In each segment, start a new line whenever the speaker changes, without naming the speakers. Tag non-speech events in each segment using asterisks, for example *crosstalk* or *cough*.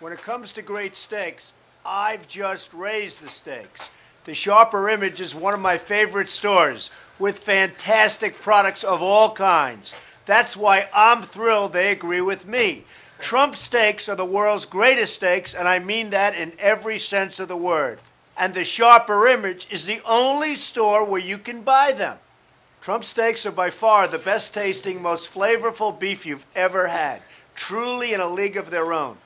When it comes to great stakes, I've just raised the stakes. The Sharper Image is one of my favorite stores with fantastic products of all kinds. That's why I'm thrilled they agree with me. Trump steaks are the world's greatest steaks, and I mean that in every sense of the word. And the Sharper Image is the only store where you can buy them. Trump steaks are by far the best tasting, most flavorful beef you've ever had, truly in a league of their own.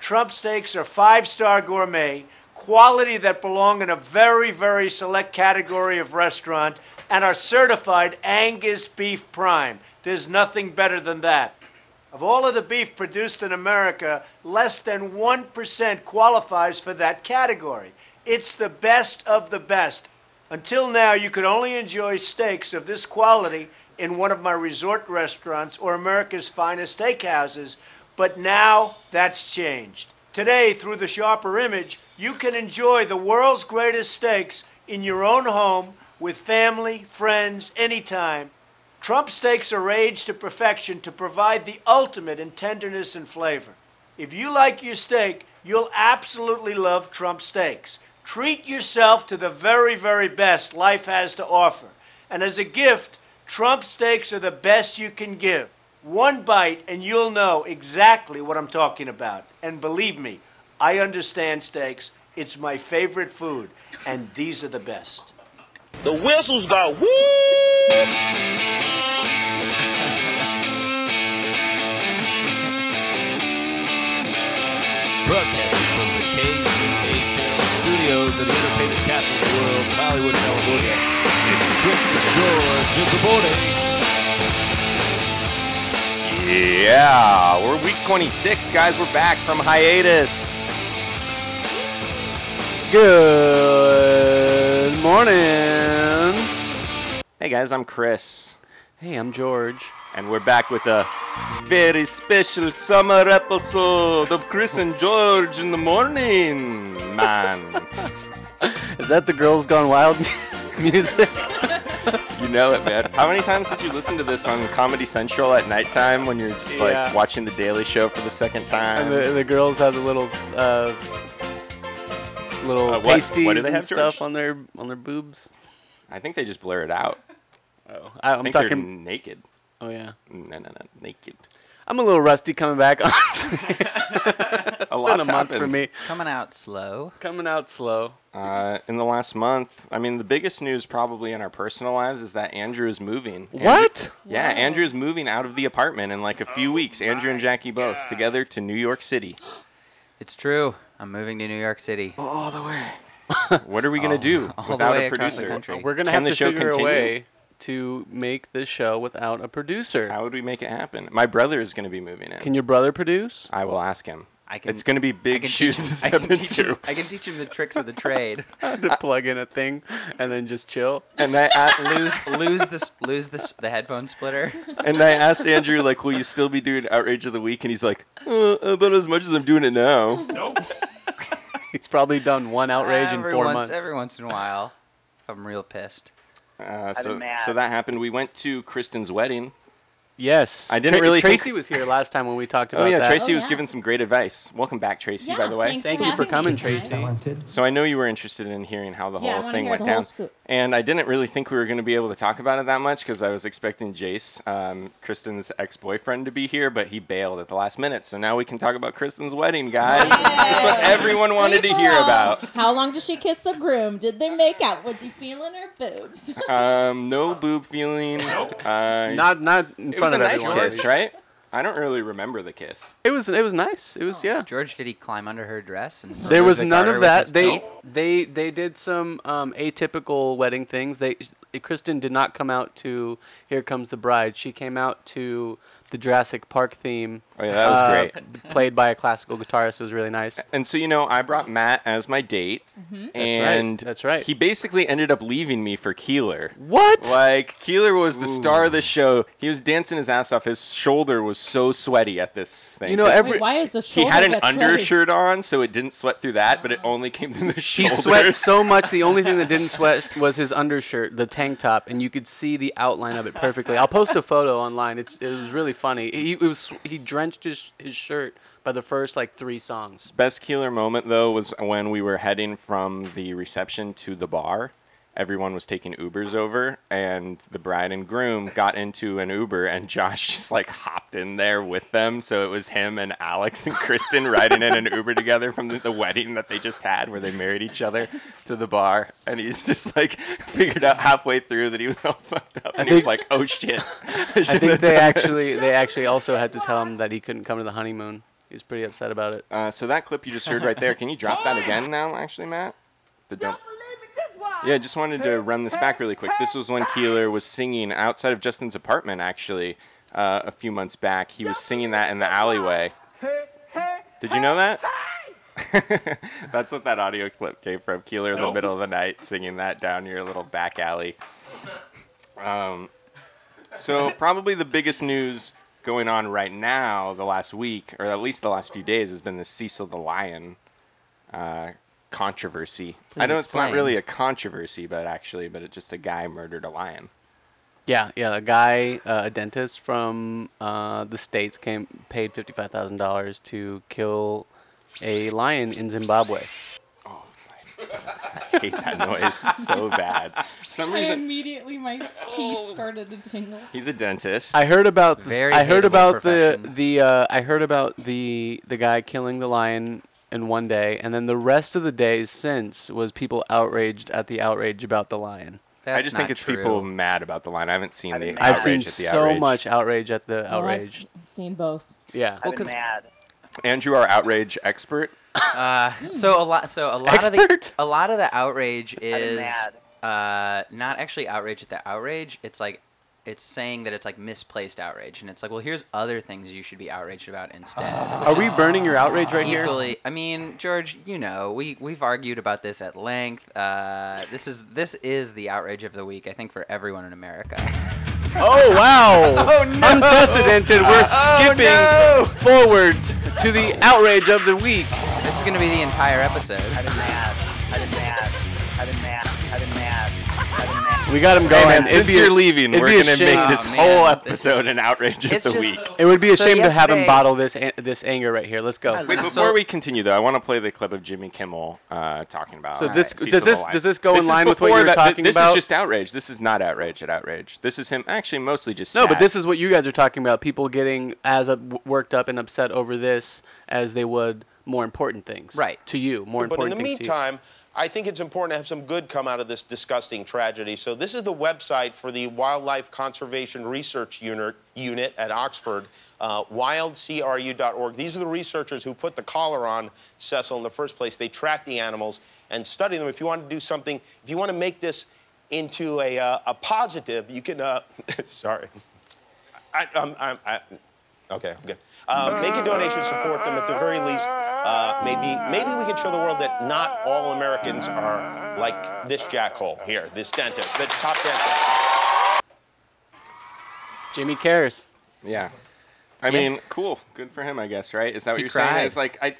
Trump steaks are five star gourmet, quality that belong in a very, very select category of restaurant, and are certified Angus Beef Prime. There's nothing better than that. Of all of the beef produced in America, less than 1% qualifies for that category. It's the best of the best. Until now, you could only enjoy steaks of this quality in one of my resort restaurants or America's finest steakhouses, but now that's changed. Today, through the Sharper Image, you can enjoy the world's greatest steaks in your own home with family, friends, anytime. Trump steaks are aged to perfection to provide the ultimate in tenderness and flavor. If you like your steak, you'll absolutely love Trump steaks. Treat yourself to the very, very best life has to offer. And as a gift, Trump steaks are the best you can give. One bite, and you'll know exactly what I'm talking about. And believe me, I understand steaks. It's my favorite food, and these are the best.
The whistles go woo.
Broadcasting from the KCHL studios in the entertainment capital of the world, Hollywood, California. It's Chris George in the morning.
Yeah, we're week 26, guys. We're back from hiatus. Good morning. Hey, guys, I'm Chris,
Hey, I'm George.
and we're back with a very special summer episode of Chris and George in the morning,
*laughs*
man.
Is that the Girls Gone Wild *laughs* music?
you know it, man. How many times did you listen to this on Comedy Central at nighttime when you're just
Yeah.
like watching The Daily Show for the second
And
time?
the, the girls have the little uh, s- little
Uh, what- what
pasties
do they
and
have, George?
stuff on their on their boobs.
I think they just blur it out.
Oh, I,
I
I'm
think they're
talking.
naked.
Oh yeah,
No, no, no, naked.
I'm a little rusty coming back. *laughs* Honestly,
*laughs*
it's
a
been
lot's
a month for
happened,
me.
Coming out slow.
Coming out slow.
Uh, in the last month, I mean, the biggest news probably in our personal lives is that Andrew is moving. Andrew-
What?
yeah, Andrew is moving out of the apartment in like a few weeks. Andrew and Jackie both together to New York City.
It's true. I'm moving to New York City.
*laughs* What are we gonna do
all the
without
way
a
across the
producer?
country.
We're gonna
Can
have
the
to
show
figure
continue?
a way to make this show without a producer.
How would we make it happen? My brother is gonna be moving in.
Can your brother produce?
I will ask him.
I can-
it's gonna be
I
big
can
shoes
teach-
to
I
step
can teach
into.
him- I can teach him the tricks of
*laughs*
the trade.
to plug in a thing and then just chill.
and I, I,
*laughs*
Lose, lose this, lose this, the headphone splitter.
*laughs* And I asked Andrew, like, will you still be doing Outrage of the Week? And he's like, uh, about as much as I'm doing it now.
*laughs* He's probably done one outrage in
*laughs* every
four
once,
months.
Every once in a while, if I'm real pissed.
Uh, so, so that happened. We went to Kristen's wedding.
Yes,
I didn't really
Tracy
think-
was here last time when we talked
*laughs* Oh,
about
yeah.
that.
Tracy
Oh,
was
yeah.
giving some great advice. Welcome back, Tracy, by the way.
thanks
Thank you for
having
coming,
me, guys.
Tracy.
So I know you were interested in hearing how the
Yeah, I
whole
wanna
thing
hear
went
the whole
down,
scoop.
and I didn't really think we were going to be able to talk about it that much because I was expecting Jace, um, Kristen's ex-boyfriend, to be here, but he bailed at the last minute. So now we can talk about Kristen's wedding, guys. That's what everyone *laughs* wanted to
Free for
hear
all.
about.
How long did she kiss the groom? Did they make out? Was he feeling her boobs?
Um, no boob feeling. Uh,
Not not in
it was
front
a
of
nice
everyone.
kiss, right? I don't really remember the kiss.
It was it was nice. It was yeah.
George, did he climb under her dress? And
There was
the
none
garter
of
with
that.
his
They
teeth?
they they did some um, atypical wedding things. They Kristen did not come out to "Here Comes the Bride." She came out to
the Jurassic Park theme.
Oh, yeah, that
uh,
was great.
Played by a classical guitarist. It was really nice.
And so you know, I brought Matt as my date,
Mm-hmm.
right,
and
that's right.
He basically ended up leaving me for Keeler.
What?
Like Keeler was the star of the show. He was dancing his ass off. His shoulder was so sweaty at this thing.
You know,
'cause
every-
Wait, why is the shoulder
he had an
get sweaty?
undershirt on, so it didn't sweat through that, but it only came through the
He
shoulders. *laughs*
sweat so much. The only thing that didn't sweat was his undershirt, the tank top, and you could see the outline of it perfectly. I'll post a photo online. It's it was really funny. He it was he drenched his his shirt by the first like three
*laughs*
songs.
Best Keeler moment though was when we were heading from the reception to the bar. Everyone was taking Ubers over, and the bride and groom got into an Uber, and *laughs* Josh just like hopped in there with them. So it was him and Alex and Kristen riding in an Uber together from the, the wedding that they just had, where they married each other, to the bar. And he's just like figured out halfway through that he was all fucked up, and he was
think-
like, "Oh shit!"
I
*laughs*
think they actually they actually also had to tell him that he couldn't come to the honeymoon. He was pretty upset about it.
Uh, so that clip you just heard right there, can you drop that again now, actually, Matt? The dump. Yeah, just wanted to run this back really quick. This was when Keeler was singing outside of Justin's apartment, actually, uh, a few months back. He was singing that in the alleyway. Did you know
*laughs*
that? That's what that audio clip came from. Keeler in the middle of the night singing that down your little back alley. Um, So probably the biggest news going on right now, the last week, or at least the last few days, has been the Cecil the Lion uh, controversy. I know it's not
explain.
really a controversy, but actually, but it's just a guy murdered a lion.
*laughs* Yeah, yeah. A guy, uh, a dentist from uh, the states, came paid fifty five thousand dollars to kill a lion in Zimbabwe.
I hate *laughs* that noise. It's so bad.
*laughs*
For some
And
reason *laughs*
immediately my
Oh,
teeth started to tingle.
he's a dentist.
I heard about the,
Very
I heard
hateable
about the
profession.
the uh, I heard about the the guy killing the lion in one day, and then the rest of the days since was people outraged at the outrage about the lion.
That's
I just think
not
it's
true.
people mad about the lion. I haven't seen the
I've seen
outrage at the
so
outrage.
much outrage at the
Oh, I've
outrage.
s- seen both.
Yeah,
Well, 'cause-
mad.
Andrew, our outrage
*laughs*
expert.
Uh, so a lot. So a lot of the
Hmm. Expert?
a lot of the
*laughs*
outrage is
mad.
uh, not actually outrage at the outrage. It's like it's saying that it's like misplaced outrage, and it's like, well, here's other things you should be outraged
*gasps*
about instead.
are we burning your outrage right here?
Equally, I mean, George, you know, we we've argued about this at length. Uh, this is this is the outrage of the week, I think, for everyone in America.
*laughs* Oh wow! Unprecedented. We're skipping forward to the outrage of the week.
this is going to be the entire episode.
I've been mad. I've been mad. I've been mad. I've been mad. I've been mad.
We got him
Hey,
going.
man,
It'd
since
be a-
you're leaving,
it'd
we're
be a
going to
shame.
make this
Oh, man,
whole
this
episode
is-
an outrage of
It's
the
just
week.
It would be a
So
shame to have him
yesterday-
bottle this an- this anger right here. Let's go.
Wait, before
So-
we continue though, I want to play the clip of Jimmy Kimmel uh, talking about.
So this-
Cecil
does
the
this-
Lion.
does this go in
is
line with what
before
you were
that- thi-
talking
this
about?
is just outrage. This is not outrage at outrage. This is him actually mostly just.
No, but
sad.
this is what you guys are talking about. People getting as up, worked up and upset over this as they would more important things.
Right.
To you, more
But in
important
the
things
meantime, I think it's important to have some good come out of this disgusting tragedy. So this is the website for the Wildlife Conservation Research Unit, unit at Oxford, uh, wildcru.org. These are the researchers who put the collar on Cecil in the first place. They track the animals and study them. If you want to do something, if you want to make this into a, uh, a positive, you can. Uh, *laughs* sorry. I, I'm, I'm, I, okay, I'm good. Uh, make a donation, support them at the very least. Uh, maybe, maybe we can show the world that not all Americans are like this jackhole here, this dentist, the top dentist.
to you. Jimmy cares.
yeah. I mean, cool. Good for him, I guess. Right? Is that what
He
you're
cried.
saying? It's like I.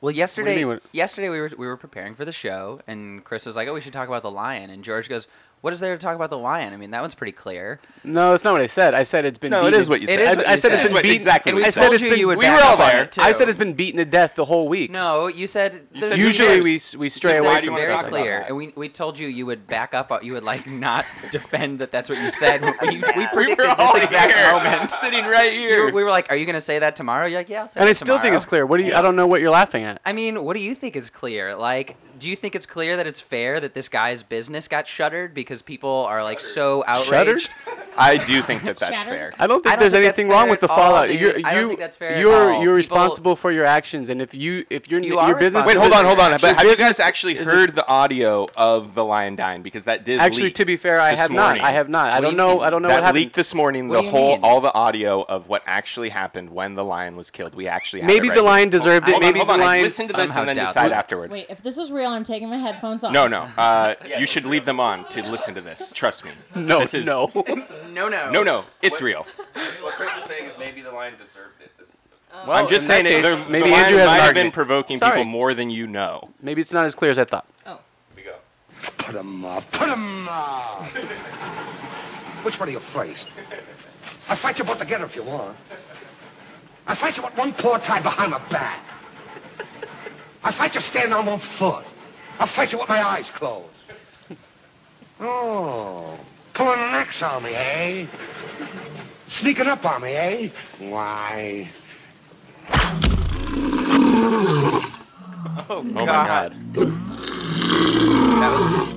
Well, yesterday,
mean, what-
yesterday we were we were preparing for the show, and Chris was like, "Oh, we should talk about the lion," and George goes. What is there to talk about the lion? I mean, that one's pretty clear.
No, that's not what I said. I said it's been.
No, it
beaten.
is what you said.
is
I,
what
I
you
said
said.
it's been
What-
beaten.
exactly what
I
you
said
said.
it's
Told you
been.
you would
we
back
were all
up on
there.
it, too.
I said it's been beaten to death the whole week.
No, you said there's
said
no
Usually
news.
we s- we stray
This
away
is
from
very
stuff like
clear,
that.
and we, we told you you would back up. You would like not *laughs* defend that. That's what you said. We, we predicted this exact moment.
sitting right
We were,
here.
we were like, "Are you going to say that tomorrow?" You're like, "Yeah, I'll say
And
it
I still think
tomorrow."
it's clear. What do you? I don't know what you're laughing at.
I mean, what do you think is clear? Like, do you think it's clear that it's fair that this guy's business got shuttered because people are like so outraged?
I do think that that's fair.
Shattered?
I don't think
I don't
there's
think that's
anything wrong
fair
with the
at all,
fallout.
dude.
You're,
I don't
you-
think that's fair at
You're
all.
you're
People-
responsible for your actions, and if you if your
You
your
are
business
responsible.
Wait,
isn't-
hold on, hold on. But
your
have you
business
guys actually
isn't-
heard the audio of the lion dying? Because that did
Actually,
leak
to be fair, I
this
have
morning.
not. I have not. I
What do
don't
you
know.
mean?
I don't know
that
what happened.
leaked this morning.
What
The
do you
whole,
mean?
all the audio of what actually happened when the lion was killed. We actually have
Maybe
it right
the
here.
lion deserved it.
Hold on,
Maybe
hold
the
on.
lion.
Listen to this
somehow
and then
doubt
decide
it.
afterward.
Wait, if this was real, I'm taking my headphones off. *laughs*
No, no.
*laughs*
Uh, you should leave them on to listen to this. Trust me.
No,
This is- *laughs*
no.
No, no,
No, no. It's What- real.
What Chris is saying is maybe the lion deserved it.
I'm just saying
in that
it.
case,
the-
maybe
the lion
Andrew has an
might have been
argument.
provoking
Sorry.
people more than you know.
Maybe it's not as clear as I thought.
Oh.
We go.
Put 'em up. Put 'em up. Which one are you first? I'll fight you both together if you want. I'll fight you with one paw tied behind my back. I'll fight you standing on one foot. I'll fight you with my eyes closed. Oh, pulling an axe on me, eh? Sneaking up on me, eh? Why?
Oh, my god.
That was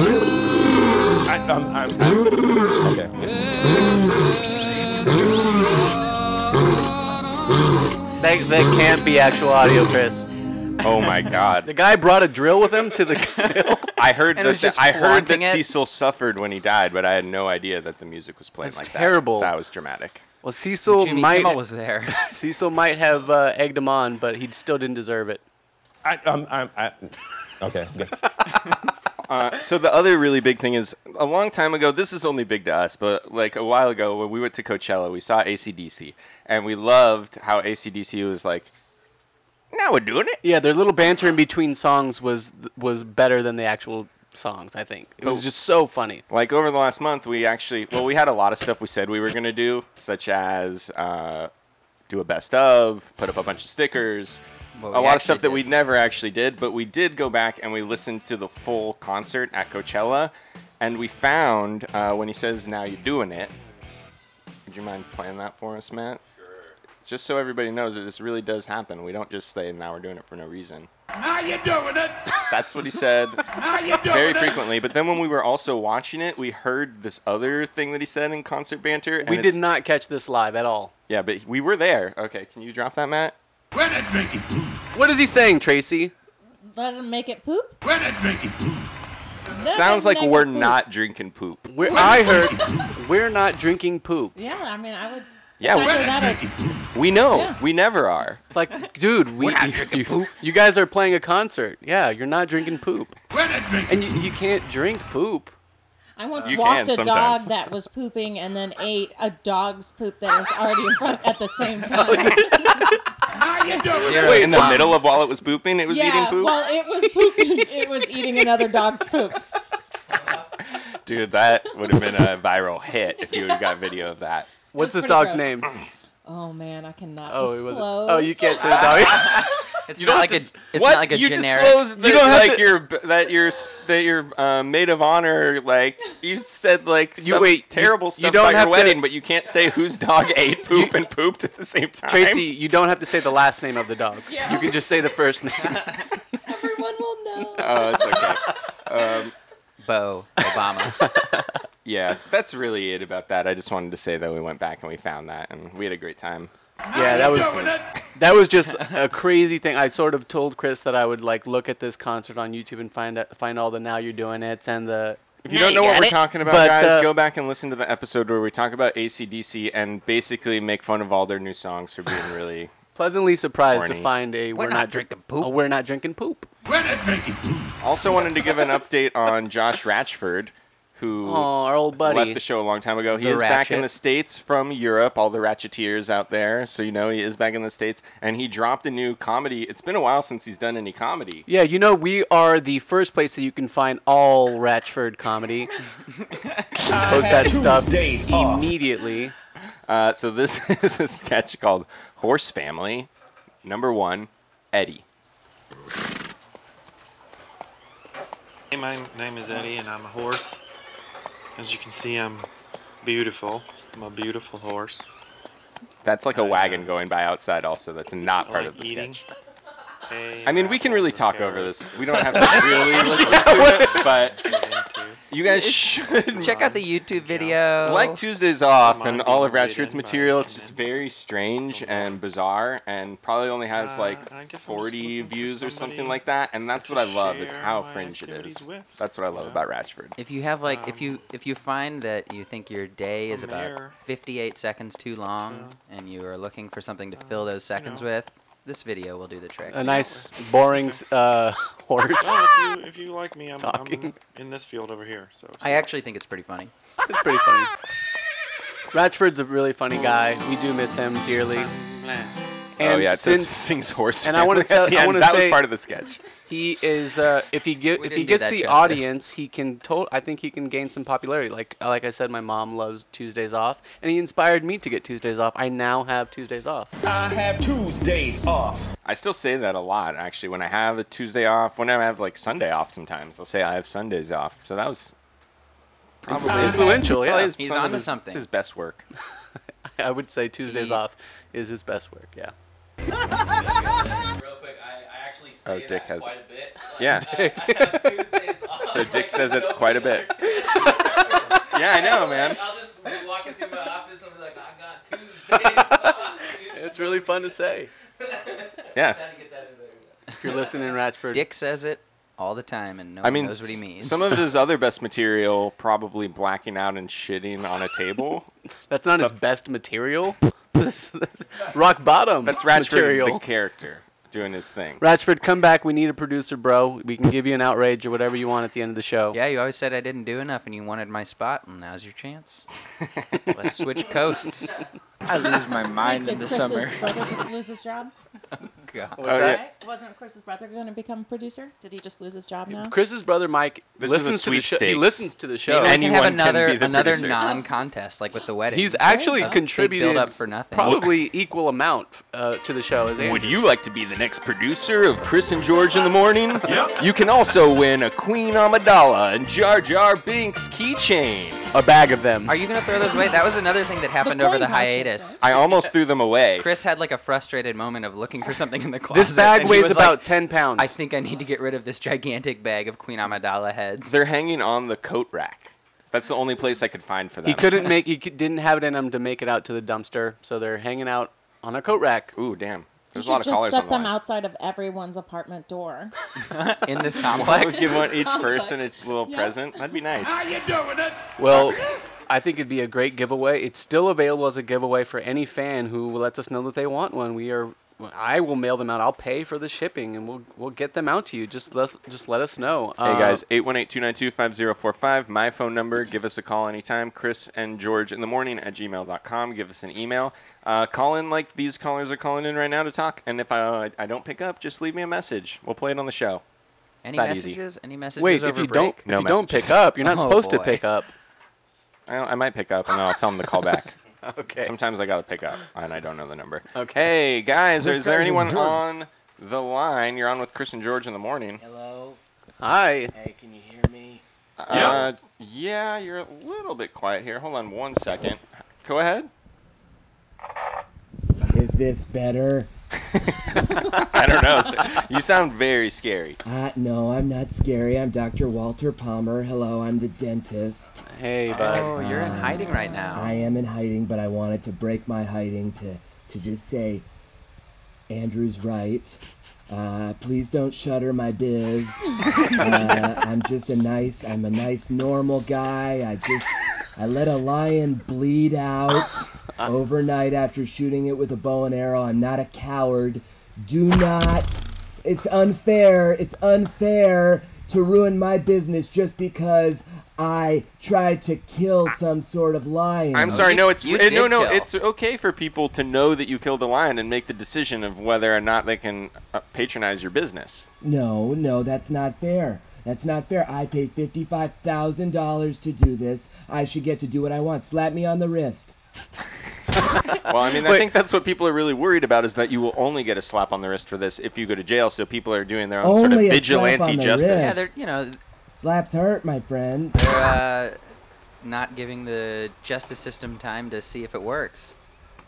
I, I'm, I'm, I'm- okay.
That, that can't be actual audio, Chris.
Oh my god.
*laughs* The guy brought a drill with him
*laughs*
to the mill.
I heard
And it
that
was just
I heard that
flaunting it.
Cecil suffered when he died, but I had no idea that the music was playing
That's
like
terrible.
that. That was dramatic.
Well, Cecil
Jimmy
might
Kimmel was there.
*laughs* Cecil might have uh, egged him on, but he still didn't deserve it.
I, I'm, I'm, I, okay.
*laughs*
good.
Uh, So the other really big thing is a long time ago. This is only big to us, but like a while ago when we went to Coachella, we saw ACDC, and we loved how ACDC was like, "Now we're doing it."
Yeah, their little banter in between songs was was better than the actual songs. I think it
Oh.
was just so funny.
Like over the last month, we actually well, we had a lot of stuff we said we were gonna do, such as uh, do a best of, put up a bunch of stickers,
What
a
we
lot of
actually
stuff that
did.
we never actually did. But we did go back and we listened to the full concert at Coachella, and we found uh, when he says, "Now you're doing it." Would you mind playing that for us, Matt? Sure. Just so everybody knows that this really does happen. We don't just say, "Now we're doing it for no reason."
Now you doing it?
That's what he said
Now you doing
very frequently. But then when we were also watching it, we heard this other thing that he said in concert banter. And
We
it's-
did not catch this live at all.
Yeah, but we were there. Okay, can you drop that, Matt?
When I drink it blue.
What is he saying, Tracy?
Let him make it poop.
When I drink it blue.
Let
Sounds
him
like
make
we're
it poop.
not drinking poop.
We're, I heard we're not drinking poop.
Yeah, I mean, I would.
Yeah,
it's
we-
either that or-
We know.
Yeah.
We never are.
It's like, dude, we you, you- you guys are playing a concert. Yeah, you're not drinking poop,
When I drink
and you, you can't drink poop.
I once
You
walked
can
a dog
sometimes.
that was pooping and then ate a dog's poop that was already in front at
*laughs*
the same time.
Now you doing it?
zero.
Wait, in the
sum.
middle of while it was pooping, it was eating
yeah,
poop?
well, it was
*laughs*
pooping. It was eating another dog's poop.
Dude, that would have been a viral hit if you would have got video of that.
What's
was
this
pretty
dog's
gross.
name?
Oh man, I cannot
Oh, it
disclose.
wasn't. Oh, you can't *laughs* say the dog.
It's not like a. It's
what?
not like a
you
generic.
disclosed that,
You don't have
like,
to-
your, that your, s- that your uh, maid of honor, like, you said, like,
You-
stuff-
wait, you-
terrible
you
stuff
don't
about your
have to-
wedding, but you can't say whose dog *laughs* ate poop and pooped at the same time.
Tracy, you don't have to say the last name of the dog. You can just say the first name.
*laughs* Everyone will know.
Oh, it's okay.
*laughs*
Bo Obama.
Um, *laughs* yeah, that's really it about that. I just wanted to say that we went back and we found that, and we had a great time.
Yeah, that was *laughs* that was
*laughs*
just a crazy thing. I sort of told Chris that I would like look at this concert on YouTube and find out, find all the now you're doing it and the
If you don't know what we're talking about,
But,
guys,
uh,
go back and listen to the episode where we talk about ACDC and basically make fun of all their new songs for being really.
pleasantly surprised to
Horny.
find a we're,
not drinking poop.
a we're not drinking poop.
When I drink it blue.
Also, wanted to give an update on Josh Ratchford, who
Oh, our old buddy.
left the show a long time ago. He
The
is back in
Ratchet.
the States from Europe, all the Ratcheteers out there. So, you know, he is back in the States, and he dropped a new comedy. It's been a while since he's done any comedy.
Yeah, you know we are the first place that you can find all Ratchford
*laughs*
comedy. Post that stuff immediately.
Uh, so this *laughs* is a sketch called Horse Family, number one, Eddie.
Hey, my name is Eddie, and I'm a horse. As you can see, I'm beautiful. I'm a beautiful horse. uh,
That's like a wagon going by outside. Also, that's not
I
part
like
of the
eating.
sketch. I mean, we can really talk over this. We don't have to
*laughs*
really listen to it, but you
*laughs*
guys should
check out the YouTube video.
like Tuesdays off and all of Rad Shirt's material. It's just very strange and bizarre, and probably only has
Uh,
like 40 views or something like that. And that's what I love is how fringe it is. That's what I love about Ratchford.
If you have like,
Um,
if you if you find that you think your day is about 58 seconds too long, and you are looking for something to
uh,
fill those seconds with, this video will do the trick.
A
*laughs*
*laughs*
nice, boring uh, *laughs* horse.
Well, if you, if you like me, I'm, I'm
Talking.
in this field over here. So,
I actually think it's pretty funny.
it's pretty funny. *laughs* Ratchford's a really funny guy. We do miss him dearly. And
oh yeah, it
since
says *laughs* sings horse.
and I
family
wanna
at
tell-
the
I
end.
wanna
that
say-
was part of the sketch.
he is, uh, if he get,
We
if he
didn't do
gets
that
the
justice.
audience, he can. To- I think he can gain some popularity. Like like I said, my mom loves Tuesdays off, and he inspired me to get Tuesdays off. I now have Tuesdays off.
I have Tuesdays off.
I still say that a lot, actually. When I have a Tuesday off, when I have like Sunday off, sometimes I'll say I have Sundays off. So that was probably
Influential, yeah.
probably his-
He's
some of
onto
his-
something.
His best work.
*laughs* I would say Tuesdays
He-
off is his best work. Yeah.
Real quick, I, I actually say
Oh, Dick
that
has
quite
it.
a bit.
Yeah. *laughs*
I have Tuesdays off.
So Dick says it
Nobody
quite a bit.
understands.
*laughs* Yeah, I know, man.
I'll just be walking through my office and be like, I got Tuesdays
*laughs*
off. dude." *laughs*
It's really fun to say.
Yeah.
Just had to get that in there.
If you're listening, Ratchford.
Dick says it all the time, and no
I
one
mean,
knows what he means.
some of his other best material probably blacking out and shitting on a table.
*laughs* That's not his best material. *laughs* This- this- Rock bottom.
That's Ratchford,
material.
the character, doing his thing.
Ratchford, come back. We need a producer, bro. We can give you an outrage or whatever you want at the end of the show.
Yeah, you always said I *laughs* didn't do enough and you wanted my spot, and now's your
*laughs*
chance. Let's switch coasts.
*laughs* I lose my
Like, did Chris's brother just lose his
*laughs*
job?
God.
Oh, yeah.
Right? Wasn't Chris's brother going to become producer? Did he just lose his job now?
Chris's brother Mike
This is a
listens to the show. He
sweepstakes.
listens to the show.
Maybe we can have
Anyone can
another
be the
another
producer.
non-contest like with the wedding.
He's actually
They build
contributed
up for
*laughs*
nothing.
probably equal amount uh, to the show as Andrew.
Would you like to be the next producer of Chris and George in the Morning? Yep. You can also win a Queen Amidala and Jar Jar Binks keychain.
A bag of them.
Are you gonna throw those away? That was another thing that happened over
coin
the
pouches,
hiatus.
I almost threw them away.
Chris had like a frustrated moment of looking for something in the closet.
this bag
and he
weighs
was
about
like,
ten pounds.
I think I need to get rid of this gigantic bag of Queen Amidala heads.
They're hanging on the coat rack. That's the only place I could find for them.
he couldn't
*laughs*
make. He c- didn't have it in him to make it out to the dumpster, so they're hanging out on a coat rack.
Ooh, damn.
You
There's a
should
lot of
just
collars on
set
the
them
line.
outside of everyone's apartment door.
in
*laughs*
this
I would
*laughs* complex.
give one each
Complex.
person a little
Yeah.
present. That'd be nice.
you doing it?
Well, I think it'd be a great giveaway. It's still available as a giveaway for any fan who lets us know that they want one. We are. I will mail them out. I'll pay for the shipping, and we'll we'll get them out to you. Just let just let us know. Um,
Hey guys, 818-292-5045, my phone number. Give us a call anytime. Chris and George in the morning at gmail.com. Give us an email. Uh, call in like these callers are calling in right now to talk. And if I, I don't pick up, just leave me a message. We'll play it on the show.
Any
that easy.
messages? Any messages?
Wait, if
over
you
break?
don't if
No
you don't
messages.
pick up, you're not
*laughs* Oh,
supposed to
boy.
pick up.
I, I might pick up and then I'll tell them to call back.
*laughs* Okay.
Sometimes I got to pick up and I don't know the number.
Okay.
Hey guys,
This
is there
guy's
anyone
in
on
Jordan.
the line? You're on with Chris and George in the morning.
Hello.
Hi.
Hey, can you hear me?
Uh, yeah, you're a little bit quiet here. Hold on one second. Go ahead.
Is this *laughs* better?
*laughs* I don't know. sir. you sound very scary.
Uh, no, I'm not scary. I'm Dr. Walter Palmer. Hello, I'm the dentist. Uh,
Hey, bud.
Oh, you're in hiding right now.
I am in hiding, but I wanted to break my hiding to to just say, Andrew's right. Uh, please don't shutter my *laughs* biz. Uh, I'm just a nice, I'm a nice normal guy. I just, I let a lion bleed out overnight after shooting it with a bow and arrow. I'm not a coward. Do not. It's unfair. It's unfair to ruin my business just because I tried to kill some sort of lion.
I'm sorry. No, it's
you
eh, no,
did
no.
kill.
It's okay for people to know that you killed a lion and make the decision of whether or not they can uh, patronize your business.
No, no, that's not fair. That's not fair. I paid fifty-five thousand dollars to do this. I should get to do what I want. Slap me on the wrist.
Well, I mean, I think that's what people are really worried about is that you will only get a slap on the wrist for this if you go to jail. So people are doing their own sort of
Only a slap
vigilante
on the
justice.
yeah,
wrist.
they're you know
Slaps hurt, my friend.
they're uh, not giving the justice system time to see if it works.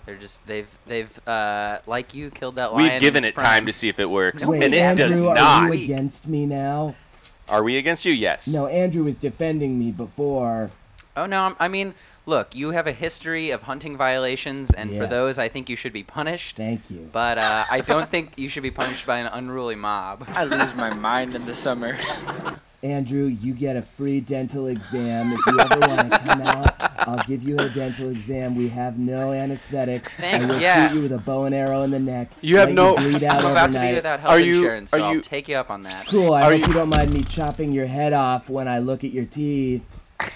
They're just they've they've uh, like you killed that lion.
We've
in
given
its
it time
prime.
to see if it works,
Wait,
and it
Andrew,
does
are
not.
you against me now?
Are we against you? Yes.
No, Andrew was defending me before.
Oh no! I'm, I mean, look, you have a history of hunting violations, and for
Yes.
those, I think you should be punished.
Thank you.
But uh, I don't think you should be punished by an unruly mob. I lose my mind in the
*laughs*
summer.
Andrew, you get a free dental exam. If you ever want to
*laughs*
come out, I'll give you a dental exam. We have no anesthetic.
Thanks,
I will
yeah.
shoot you with a bow and arrow in the neck.
You have
let
no-
bleed out
I'm about to be
overnight.
without
Are
health
you-
insurance,
are
so
you-
I'll take you up on that.
Cool. I
Are
hope
you-
you don't mind me chopping your head off when I look at your teeth.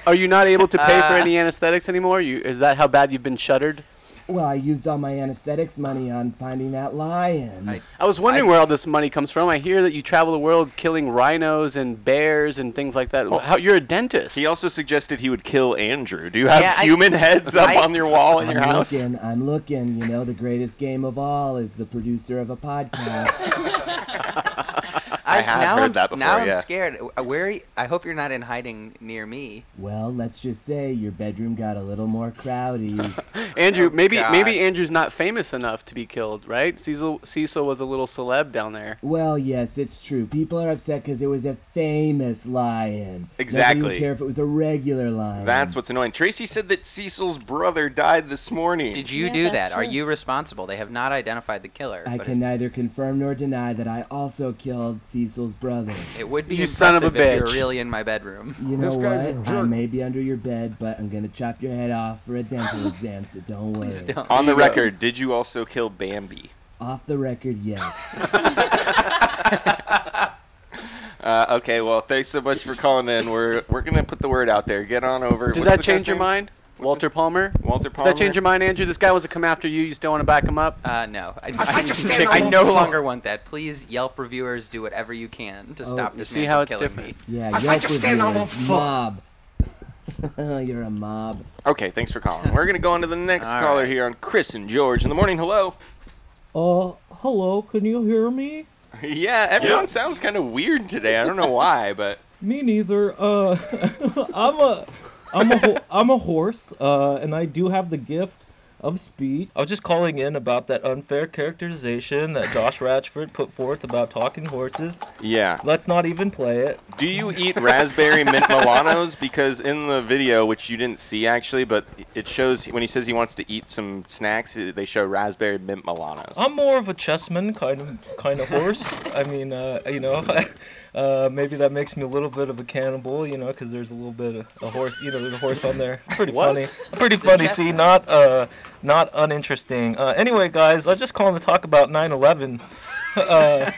Are you not able to pay for
Uh,
any anesthetics anymore? You is that how bad you've been shuttered?
Well, I used all my anesthetics money on finding that lion.
I was wondering where all this money comes from. I hear that you travel the world killing rhinos and bears and things like that. How, you're a dentist.
He also suggested he would kill Andrew. Do you have
Yeah, I-
human heads up
I-
on your wall in
I'm
your house?
looking. I'm looking. You know, the greatest game of all is the producer of a
*laughs*
podcast.
I have
now
heard
I'm, s-
that before,
Now I'm
yeah.
scared. Uh, Where? Are you, I hope you're not in hiding near me.
well, let's just say your bedroom got a little more
*laughs*
crowdy.
Oh,
Andrew, maybe
God.
maybe Andrew's not famous enough to be killed, right? Cecil Cecil was a little celeb down there.
Well, yes, it's true. People are upset because it was a famous lion. Nobody
Exactly.
would care if it was a regular lion.
That's what's annoying. Tracy said that Cecil's brother died this morning.
Did you do that? Are you responsible? They have not identified the killer.
I
but
can neither confirm nor deny that I also killed Cecil's brother.
It would be
You son
impressive
of a
if you were
bitch.
really in my bedroom.
You know what? I may be under your bed, but I'm gonna chop your head off for a
*laughs*
dental exam, so don't worry.
On the record, did you also kill Bambi?
Off the record, yes.
Uh, okay, well, thanks so much for calling in. We're we're gonna put the word out there. Get on over.
Does
What's
that
the
change
guy's
your
name?
mind? Walter Palmer?
Walter
Does
Palmer.
that change your mind, Andrew? This guy wants to come after you. You still want to back him
*laughs*
up?
Uh, no. I,
like
*laughs*
to stand
I, I
on
no
the floor.
longer want that. Please, Yelp reviewers, do whatever you can to *laughs*
Oh,
stop this man from killing me.
Oh, Yeah,
I'd
Yelp
like to stand on
reviewers,
a foot.
mob. You're a mob. *laughs*
Okay, thanks for
*laughs*
calling. We're gonna go on to the next
All
caller
right.
here on Chris and George in the morning. Hello. *laughs*
Uh, hello, can you hear me?
yeah, everyone sounds kind of weird today. I don't know why, but
Me neither. Uh, *laughs* I'm a, I'm a, ho- I'm a horse, uh, and I do have the gift of speech. I was just calling in about that unfair characterization that Josh Ratchford put forth about talking horses.
yeah.
Let's not even play it.
Do you eat raspberry mint Milanos? Because in the video, which you didn't see actually, but it shows when he says he wants to eat some snacks, it- they show raspberry mint Milanos.
I'm more of a chessman kind of kind of horse. I mean, uh, you know, *laughs* uh, maybe that makes me a little bit of a cannibal, you know, because there's a little bit of a horse, you know, there's a horse
*laughs*
on there. Pretty
What?
funny. Pretty
The
funny. See,
chessman.
not uh, not uninteresting. Uh, anyway, guys, I was just calling to talk about 9/11. *laughs*
*laughs*
uh,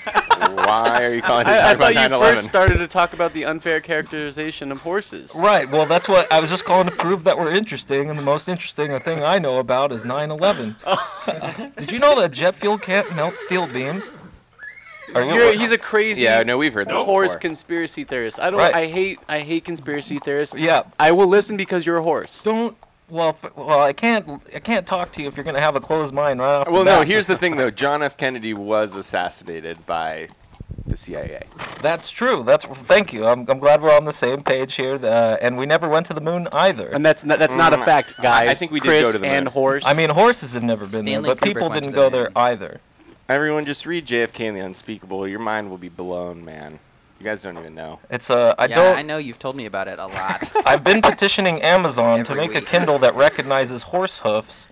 Why are you
I,
*laughs*
calling to
I
talk about
thought you
9/11?
first started to talk about the unfair characterization of horses.
right. Well, that's what I was just calling to prove that we're interesting, and the most interesting thing I know about
*laughs*
is 9/11.
Oh.
Did you know that jet fuel can't melt steel beams? Are you-
You're, he's a crazy.
Yeah, no, we've heard that
horse
before.
conspiracy theorist. I don't.
Right.
I hate. I hate conspiracy theorists.
Yeah.
I will listen because you're a horse.
Don't. Well, f- well, I can't. I can't talk to you if you're gonna have a closed mind right off.
Well,
the
no.
bat.
Here's the thing, though. John F. Kennedy was assassinated by the CIA.
That's true. That's thank you. I'm, I'm glad we're on the same page here. Uh, and we never went to the moon either.
And that's not, that's not a
Mm.
fact, guys. Chris and horse.
I mean, horses have never been
Stanley
there, but
Kubrick
people
went to
didn't
the
go there either.
Everyone, just read JFK and the Unspeakable. Your mind will be blown, man. You guys don't even know.
It's uh, I
yeah,
don't.
I know you've told me about it a lot.
I've been petitioning Amazon to make a Kindle that recognizes horse hoofs,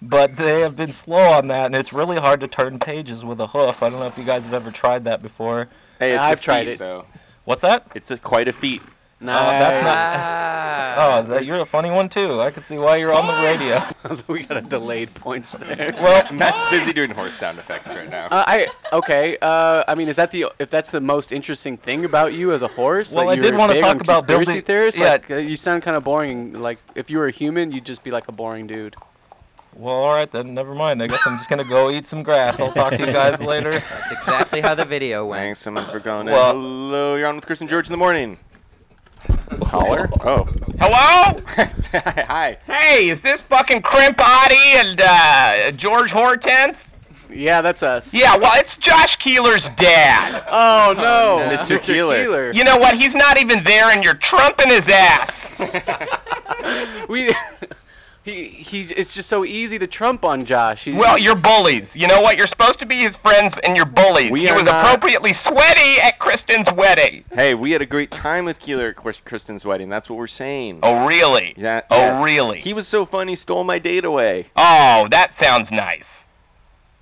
but they have been slow on that, and it's really hard to turn pages with a hoof. I don't know if you guys have ever tried that before.
Hey, it's a feat, though.
What's that?
It's a, quite a feat.
Oh, that's not, oh, that, you're a funny one too. I can see why you're on the radio.
*laughs*
*laughs* we got a delayed points there.
*laughs* Well,
Matt's busy doing horse sound effects right now.
Uh, I okay. Uh, I mean, is that the if that's the most interesting thing about you as a horse?
Well,
that
I
you're
did wanna
big
talk
on
about
conspiracy
building-
theorists.
yeah.
Like, uh, you sound kind of boring. Like if you were a human, you'd just be like a boring dude.
Well, all right then. Never mind. I guess I'm just gonna go eat some grass. I'll talk to you guys
*laughs*
later.
That's exactly how the video went.
Thanks so much for calling in.
Well-
Hello, you're on with Chris and George in the morning. Caller? Oh.
*laughs*
Hello?
Hi.
Hey, is this fucking Crimpati and uh, George Hortense?
Yeah, that's us.
Yeah, well, it's Josh Keeler's dad.
*laughs* Oh no,
Mr. Mr. Keeler. Keeler.
You know what? He's not even there, and you're trumping his ass.
we *laughs* He he. It's just so easy to trump on Josh. He,
Well, you're bullies. You know what? You're supposed to be his friends, and you're bullies.
We
he
are
was
not-
appropriately sweaty at Kristen's wedding.
Hey, we had a great time with Keeler at Chris- Kristen's wedding. That's what we're saying.
Oh, really?
Yeah.
Oh,
yes.
really?
He was so funny, stole my date away.
Oh, that sounds nice.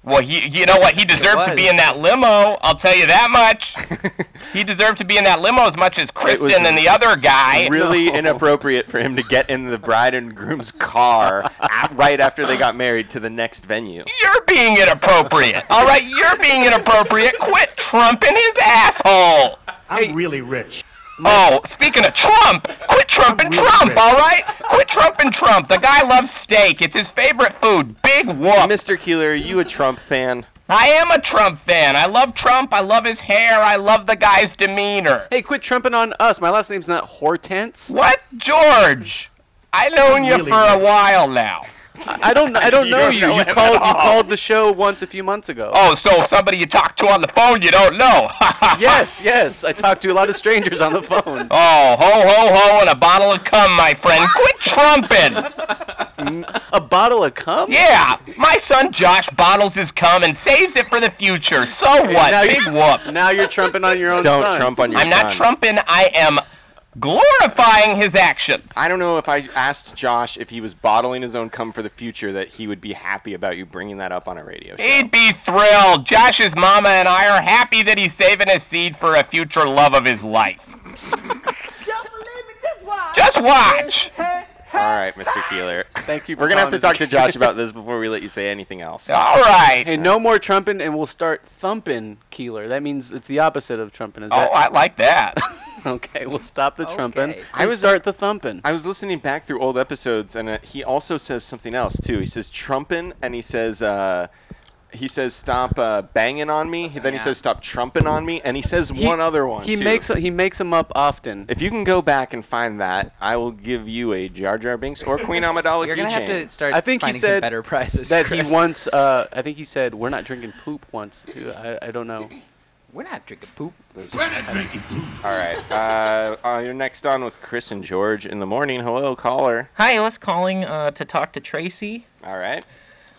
Well, he, you know what? He deserved to be in that limo. I'll tell you that
*laughs*
much. he deserved to be in that limo as much as
was
Kristen and the other guy.
Really
*laughs*
inappropriate for him to get in the bride and groom's car at, right after they got married to the next venue.
You're being inappropriate. All right, you're being inappropriate. Quit trumping his asshole.
I'm really rich.
Oh, speaking of Trump, quit trumping Trump, all right? Quit trumping Trump. The guy loves steak. It's his favorite food. Big whoop.
Mr. Keeler, are you a Trump fan?
I am a Trump fan. I love Trump. I love his hair. I love the guy's demeanor.
Hey, quit trumping on us. My last name's not Hortense.
What, George? I've known you for a while now.
I don't. I
*laughs*
don't
You
know
don't
you.
know
You
him at
called. You
all.
called the show once a few months ago.
Oh, so somebody you talk to on the phone you don't know. *laughs*
yes, yes. I talked to a lot of strangers on the phone.
*laughs* Oh, ho, ho, ho, and a bottle of cum, my friend. Quit trumping.
A bottle of cum?
Yeah. My son Josh bottles his cum and saves it for the future. So what?
Now you-
Big whoop.
*laughs* Now you're trumping on your own
Don't
son.
trump on your
I'm not
son.
trumping. I am glorifying his actions.
I don't know if I asked Josh if he was bottling his own cum for the future that he would be happy about you bringing that up on a radio
*laughs*
show.
He'd be thrilled. Josh's mama and I are happy that he's saving a seed for a future love of his life. Just watch.
All right, Mr. Keeler.
Thank you. For
We're going to have to
calling
talk
us.
to Josh about this before we let you say anything else.
All right.
Hey, no more trumping, and we'll start thumping Keeler. That means it's the opposite of trumping. Is
Oh,
that? *laughs*
I
*laughs*
like that.
okay, we'll stop the trumping.
I
I
was-
was start the thumping.
I was listening back through old episodes, and uh, he also says something else too. He says trumpin', and he says uh, he says stop uh, banging on me. Then he says stop trumping on me, and he says
He-
one other one.
He
too.
makes he makes them up often.
If you can go back and find that, I will *laughs* give you a Jar Jar Binks or Queen Amidala
*laughs* You're gonna have to start
I think he
finding some
said
better prizes,
that
Chris.
he once. Uh, I think he said we're not drinking poop once too. I, I don't know.
We're not drinking poop.
All right. Uh, uh, you're next on with Chris and George in the morning. Hello, caller.
Hi, I was calling uh, to talk to Tracy.
All right.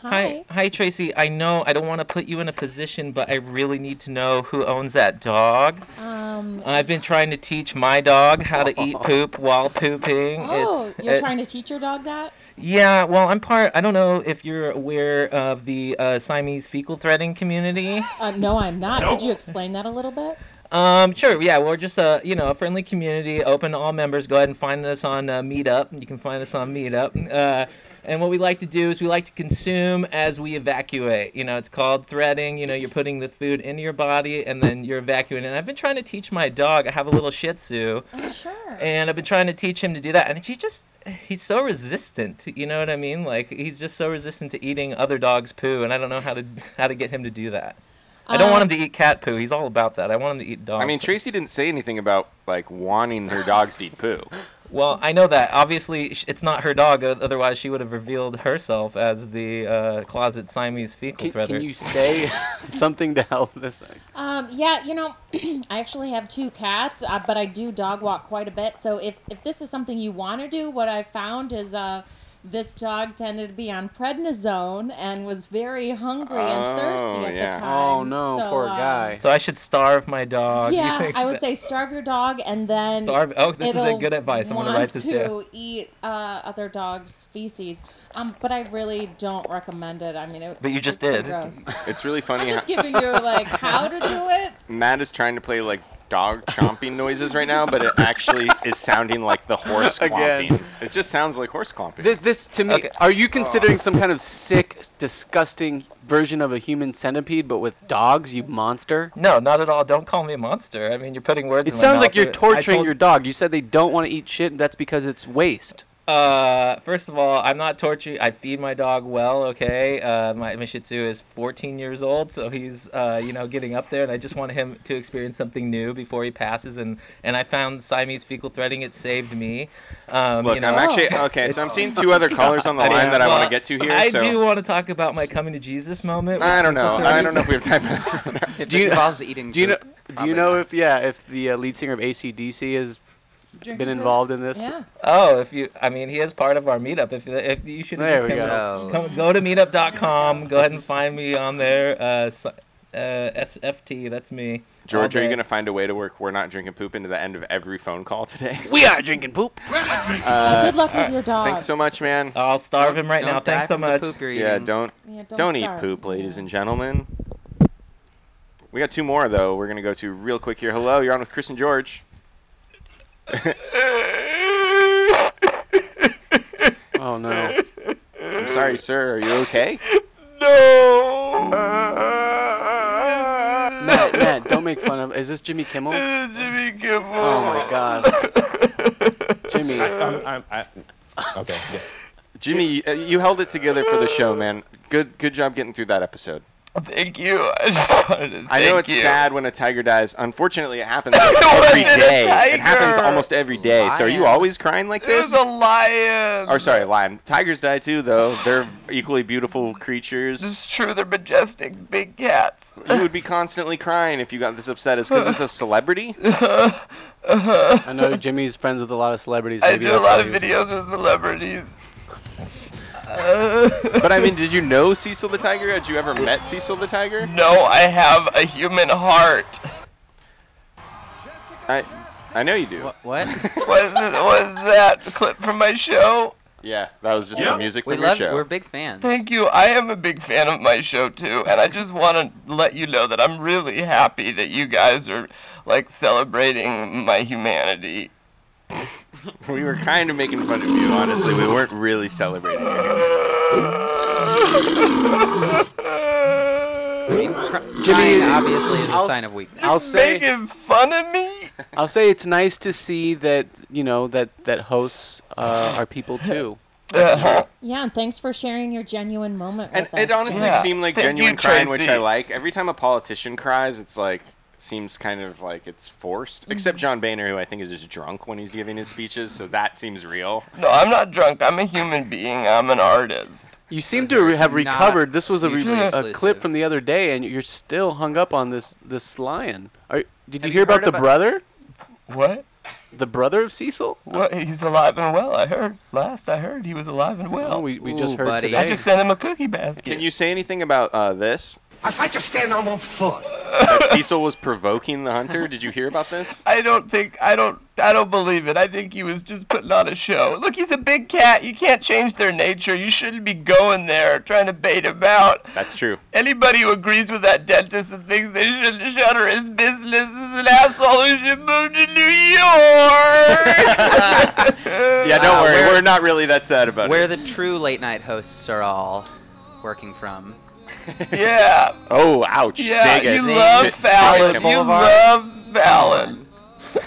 Hi. Hi, Tracy. I know I don't want to put you in a position, but I really need to know who owns that dog.
Um.
I've been trying to teach my dog how to
*laughs*
eat poop while pooping.
Oh,
It's-
you're
it-
trying to teach your dog that?
Yeah, well, I'm part. I don't know if you're aware of the uh, Siamese fecal threading community.
Uh, no, I'm not. Could you explain that a little bit?
Um, sure. Yeah, we're just a you know a friendly community, open to all members. Go ahead and find us on uh, Meetup. You can find us on Meetup. Uh, and what we like to do is we like to consume as we evacuate. You know, it's called threading. You know, you're putting the food into your body and then you're evacuating. And I've been trying to teach my dog. I have a little Shih Tzu.
sure.
And I've been trying to teach him to do that, and he just. He's so resistant, you know what I mean? Like he's just so resistant to eating other dogs' poo, and I don't know how to how to get him to do that. I don't want him to eat cat poo. He's all about that. I want him to eat dog.
I mean,
poo.
Tracy didn't say anything about like wanting her dogs to eat poo.
Well, I know that. Obviously, sh- it's not her dog. o- Otherwise, she would have revealed herself as the uh, closet Siamese fecal
Can,
threader.
can you
*laughs*
say something to help this?
Um, yeah, you know, *clears throat* I actually have two cats, uh, but I do dog walk quite a bit. So if, if this is something you want to do, what I found is uh, this dog tended to be on prednisone and was very hungry and
Oh,
Oh,
thirsty at the time. so, um,
So I should starve my dog. you
yeah,
think
I would
that-
say starve your dog and then
Starve- oh, this is a
it'll
good advice. I'm gonna
want
write this
to
down.
eat uh, other dogs' feces, um, but I really don't recommend it. I mean, it,
But you
it's
just
pretty
did.
*laughs*
Gross.
It's really funny.
I'm just
how-
giving you like how to do it.
*laughs* Matt is trying to play like dog chomping noises right now, but it actually is sounding like the horse
*laughs* Again.
clomping. It just sounds like horse clomping.
This, this to me, are you considering some kind of sick, disgusting version of a human centipede, but with dogs? You monster!
No, not at all. Don't call me a monster. I mean, you're putting words.
It
in my
sounds like
mouth.
you're
I
torturing
told-
your dog. You said they don't want to eat shit, and that's because it's waste.
Uh, first of all, I'm not torturing. I feed my dog well. Okay, uh, my, my Shih Tzu is 14 years old, so he's uh, you know getting up there, and I just want him to experience something new before he passes. And and I found Siamese fecal threading. It saved me. Um,
Look,
you know,
I'm actually okay. So I'm seeing two
*laughs*
other callers on the line that I want to get to here.
I
so
do want to talk about my coming to Jesus moment.
I don't know. I don't know if we have time for that.
*laughs* If
Do you-
it involves eating
Do you know?
poop,
Do
probably
you know if yeah if the uh, lead singer of ACDC is been involved in this?
Oh, if you, I mean, he is part of our meetup. If, if you should
There
just
we
come,
go.
come- go to meetup.com. Go ahead and find me on there. Uh, s- uh, SFT, that's me.
George, are you
All day.
going to find a way to work? We're not drinking poop into the end of every phone call today.
We are drinking poop.
Uh,
good luck with
all
your dog.
Thanks so much, man.
I'll starve him right
Don't
now.
die
Thanks so
from the
much.
poop you're Yeah, eating. don't-
Yeah, don't
Don't, eat
starve.
poop, ladies and gentlemen. We got two more though. We're gonna go to real quick here. Hello, you're on with Chris and George. *laughs*
oh no.
I'm sorry, sir. Are you okay?
Matt, Matt, don't make fun of. Is this Jimmy Kimmel?
Jimmy Kimmel.
Oh my God.
*laughs*
Jimmy.
I, I, I, okay. Yeah.
Jimmy, you, uh, you held it together for the show, man. Good, good job getting through that episode.
Thank you. *laughs* I just wanted to
I know
thank
it's
you.
sad when a tiger dies. Unfortunately, it
*laughs*
happens every
wasn't a
day. It happens
tiger.
almost every day. So are you
Lion.
always crying like
It was
this?
a lion.
Or sorry, lion. Tigers die too, though. They're equally beautiful creatures.
It's true, they're majestic big cats.
You would be constantly crying if you got this upset. Is because it's
*laughs*
a celebrity?
I know Jimmy's friends with a lot of celebrities.
Uh-huh. I
Maybe
do a
that's
lot of
how he was-
videos with celebrities.
*laughs* but I mean, did you know Cecil the Tiger? Had you ever met Cecil the Tiger?
No, I have a human heart.
I, I know you do. What? *laughs*
Was was that clip from my show?
Yeah, that was just the music
we
from your
love.
show.
We're big fans.
Thank you. I am a big fan of my show too, and I just want to let you know that I'm really happy that you guys are like celebrating my humanity.
*laughs* We were kind of making fun of you, honestly. We weren't really celebrating you.
*laughs*
Jimmy,
Crying, obviously, is a
I'll-
sign of weakness.
I'll say
Making fun of me?
I'll say it's nice to see that you know that that hosts uh, are
*laughs*
people too.
That's true.
Yeah, and thanks for sharing your genuine moment
And
with us.
it honestly
Yeah.
seemed like
Thank
genuine
you,
crying, which I
Tracy.
like. Every time a politician cries, it's like seems kind of like it's forced.
Mm.
Except John Boehner, who I think is just drunk when he's giving his speeches, so that seems real.
No, I'm not drunk. I'm a human being. I'm an artist.
You seem to re- have
not
recovered. This was a, re-
mutually
a
exclusive.
clip from the other day, and you're still hung up on this this lion. Are, did you
Have
hear
you
about
heard
the
about-
brother?
What?
The brother of Cecil?
What? He's alive and well. I heard last. I heard he was alive and well.
Oh, we, we just
Ooh,
heard
buddy.
I
today.
just sent him a cookie basket.
Can you say anything about uh,
*laughs*
this?
I'd like to stand on one foot.
That Cecil was provoking the hunter. Did you hear about this?
I don't think I don't I don't believe it. I think he was just putting on a show. Look, he's a big cat. You can't change their nature. You shouldn't be going there trying to bait him out.
That's true.
Anybody who agrees with that dentist and thinks they should shutter his business is an asshole who should move to New York.
*laughs* Yeah, don't
Wow,
worry.
Uh, where-
We're not really that sad about
Where
it.
the true late night hosts are all working from.
yeah,
Oh, ouch.
yeah.
Dig it.
You love
Dig it.
Fallon.
Dig
You
it.
love Fallon.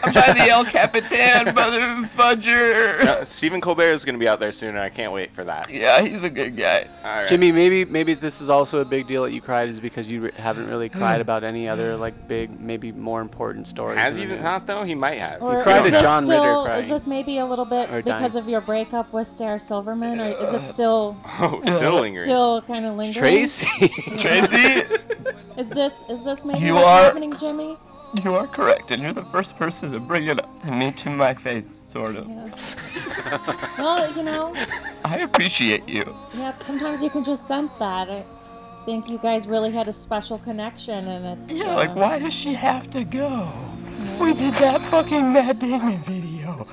I'm by the El Capitan, mother fudger.
*laughs* Uh, Stephen Colbert is going to be out there soon, and I can't wait for that.
Yeah, he's a good guy.
All right.
Jimmy, maybe maybe this is also a big deal that you cried is because you re- haven't really
Hmm.
cried about any other like big, maybe more important stories.
Has
in
he *laughs*
the news.
not though? He might have.
Or
cried
is
at
this
John Ritter
still, Is
crying.
this maybe a little bit
Or
because
dying.
of your breakup with Sarah Silverman, or is it still
*laughs* oh,
*laughs*
still lingering.
still kind of lingering? *laughs*
Tracy?
Tracy,
Is this is this maybe
You
what's
are-
happening, Jimmy?
you are correct, and you're the first person to bring it up to me to my face, sort of.
Yeah. well, you know,
I appreciate you.
yep. Sometimes you can just sense that. I think you guys really had a special connection, and it's
Yeah,
uh,
like, why does she have to go? We did that fucking Matt Damon video.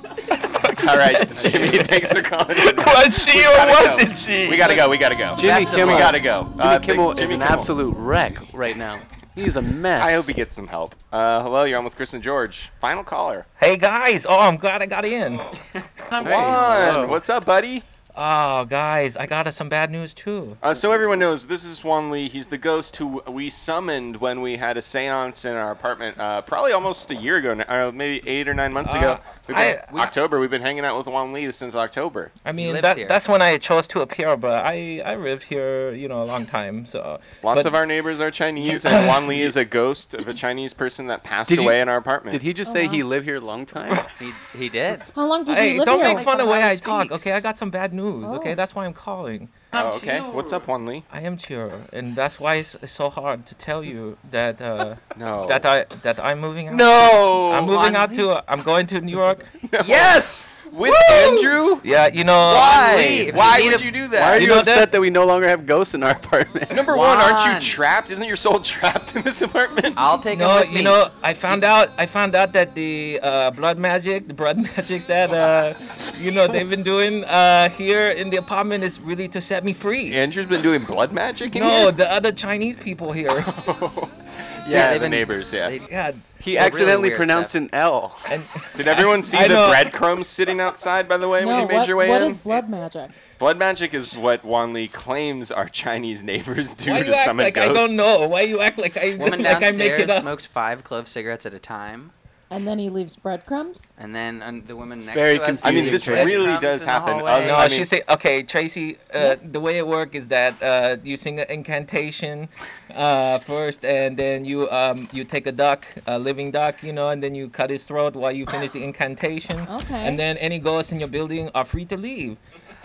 *laughs* All right, Jimmy. Thanks for calling. in.
Was she or
gotta go.
wasn't she?
We gotta go. We gotta go.
Jimmy
Best of
Kimmel.
We gotta go.
Jimmy
Uh, thank-
Kimmel is
Jimmy
an
Kimmel.
absolute wreck right now. He's a mess.
I hope he gets some help. Uh, hello, you're on with Chris and George. Final caller.
Hey guys! Oh, I'm glad I got
*laughs*
in.
Hey,
Juan,
hello.
what's up, buddy?
Oh, guys, I got us some bad news too.
Uh, so everyone knows this is Juan Lee. He's the ghost who we summoned when we had a séance in our apartment, uh, probably almost a year ago, now, uh, maybe eight or nine months ago.
Uh,
We've been,
I- we-
October. We've been hanging out with Juan Lee since October.
I mean,
lives
that,
here.
that's when I chose to appear, but I I lived here, you know, a long time. So
Lots
but-
of our neighbors are Chinese, and Wan Lee is a ghost of a Chinese person that passed
Did you-
away in our apartment.
Did he just
Oh,
say he lived here a long
*laughs*
time?
He he did.
how long did you
Hey,
live
don't
here?
make fun of the
how
way
he
I talk.
speaks.
Okay, I got some bad news. Okay,
Oh.
that's why I'm calling.
Oh, okay. What's up, Juan Lee?
I am Chiro, and that's why it's it's so hard to tell you that uh,
*laughs* No.
that I that I'm moving out.
No,
I'm moving
Juan
out
Lee.
to uh, I'm going to New York.
Yes! With Andrew?
Yeah, you know
Why? Lee, if Why you need would a- you do that?
Why are
You
you,
know
upset
that-
that? we no longer have ghosts in our *laughs* apartment?
Number one, aren't you
Juan.
trapped? Isn't your soul *laughs* trapped in this apartment?
I'll take
no, you know, I found out. I found out that the uh, blood magic, the blood *laughs* magic that uh, you know they've been doing uh, here in the apartment is really to set me free.
Andrew's been doing blood magic in
no,
here?
the other Chinese people
*laughs*
here.
Yeah,
they've
the
been-
neighbors, yeah.
God,
He accidentally pronounced an L.
And
*laughs* Did everyone see
I
the
know.
breadcrumbs sitting outside, by the way, when
No,
you made
what,
your way
what
in?
is blood magic?
Blood magic is what Wan Lee claims our Chinese neighbors do
Why
to
you act
summon
like I
ghosts.
don't know? Why you act like I *laughs*
Woman
like I make it
downstairs
up?
smokes five clove cigarettes at a time,
And then he leaves breadcrumbs.
and then um, the woman next
very
to us.
confusing,
leaves breadcrumbs in the hallway.
no, she say, okay, Tracy. Uh, The way it works is that uh, you sing an incantation uh, first, and then you um, you take a duck, a living duck, you know, and then you cut his throat while you finish the incantation.
Okay.
And then any ghosts in your building are free to leave. *laughs*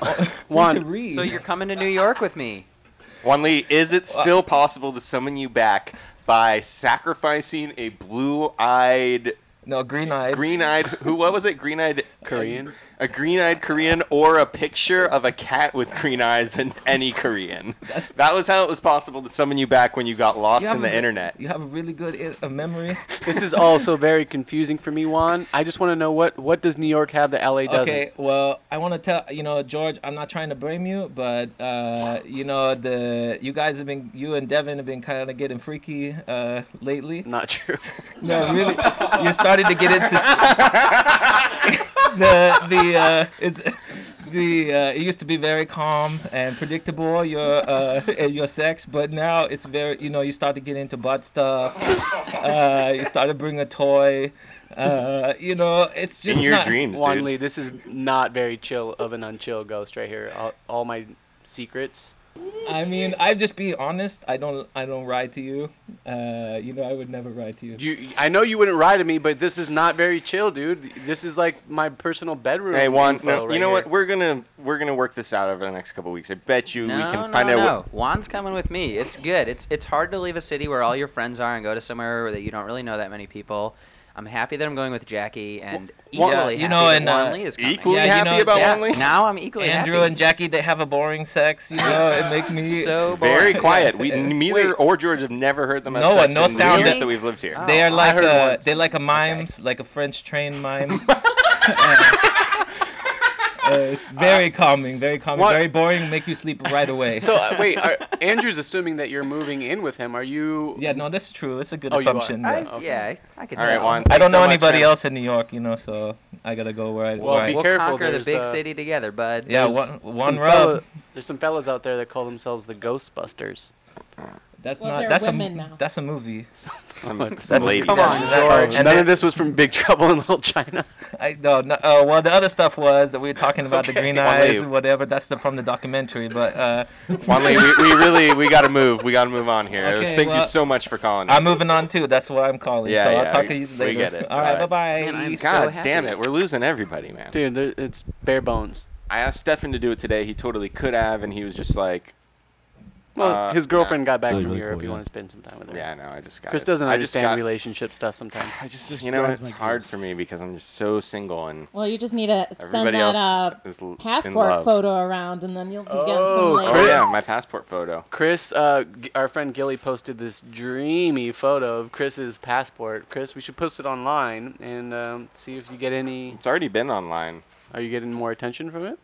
One. So you're coming to New York with me.
Wan Lee, is it still possible to summon you back by sacrificing a blue-eyed?
No, green-eyed.
Green-eyed. Who? What was it? Green-eyed
Korean?
A green-eyed Korean or a picture of a cat with green eyes and any Korean. that was how it was possible to summon you back when you got lost
You have
in
a
the
good-
internet.
You have a really good I- a memory.
This is
*laughs*
also very confusing for me, Juan. I just want to know what what does New York have that LA doesn't?
Okay, well, I want to tell you know George, I'm not trying to blame you, but uh, you know the you guys have been you and Devin have been kind of getting freaky uh, lately.
Not true.
*laughs* No, really, you're starting to get into *laughs* the the uh, it's, the uh, it used to be very calm and predictable your uh, and your sex, but now it's very you know you start to get into butt stuff. Uh, you start to bring a toy. Uh, you know, it's just not-
Juan Lee, this is not very chill of an unchill ghost right here. All, all my secrets.
I mean, I just be honest. I don't. I don't lie to you. Uh, you know, I would never lie to you.
You, I know you wouldn't lie to me, but this is not very chill, dude. This is like my personal bedroom.
Hey Juan,
info
no,
right
you know what?
here.
We're gonna we're gonna work this out over the next couple weeks. I bet you
No,
we can
no,
find
no.
out. what-
Juan's coming with me. It's good. It's it's hard to leave a city where all your friends are and go to somewhere that you don't really know that many people. I'm happy that I'm going with Jackie, and
Juan-
equally
you
happy
know,
that
and,
Juan
uh,
Lee is coming.
Equally Yeah, you happy know, about
yeah,
Juan Lee?
Now I'm equally
Andrew
happy.
and Jackie, they have a boring sex.
*laughs*
You know, it makes me
So
Very quiet.
*laughs*
We neither or George have never heard them. have
No one,
sex
no
in the
sound.
years that we've lived
Oh,
here.
They are like uh, a, they're like a mimes, like a French train mime.
*laughs*
uh, it's very calming, very calming,
What-
very boring. Make you sleep right away.
So uh, wait, are, Andrew's assuming that you're moving in with him. Are you?
Yeah, no, that's true. It's a good
Oh, you are.
assumption.
I-
but-
yeah,
I- I can
All right, tell. Juan,
I
thanks
don't
so
know
much,
anybody
man.
else in New York, you know, so I gotta go where I. where I-
we'll conquer the big city together, bud.
uh, Yeah,
There's
one, one
some
rub.
fella- there's some fellas out there that call themselves the Ghostbusters.
That's
Well,
not.
they're
That's
women
a.
now.
That's a movie.
Some,
That's
some
a-
lady.
Come on, George.
None of this was from Big *laughs* Trouble in Little China.
I no, no uh, well the other stuff was that we were talking
*laughs*
about the
Okay.
green
Juan
eyes
Lee.
and whatever. That's the, from the documentary, but uh,
Juan Lee, we,
*laughs*
we really we gotta move. We gotta move on here. It was-
Okay,
thank
well,
you so much for calling.
I'm moving on too. That's why I'm calling.
Yeah,
so
yeah,
I'll talk
we-
to you
we
later.
get it.
All right,
All right.
bye bye.
God damn it, we're losing everybody, man.
Dude, there, it's bare bones.
I asked Stefan to do it today. He totally could have, and he was just like,
Well,
uh,
his girlfriend
nah.
got back from Europe. You want to spend some time with her?
Yeah, I know. I just got.
Chris
it.
doesn't
I just
understand
got-
relationship
*sighs*
stuff sometimes. I
just, You know, it's hard for me because I'm just so single and.
Well, you just need to send
Everybody
that
else is l-
uh,
in
passport
love.
photo around, and then you'll be getting some.
Oh,
Like,
Oh yeah, my passport photo.
Chris, uh, G- our friend Gilly posted this dreamy photo of Chris's passport. Chris, we should post it online and um, see if you get any.
It's already been online.
Are you getting more attention from it?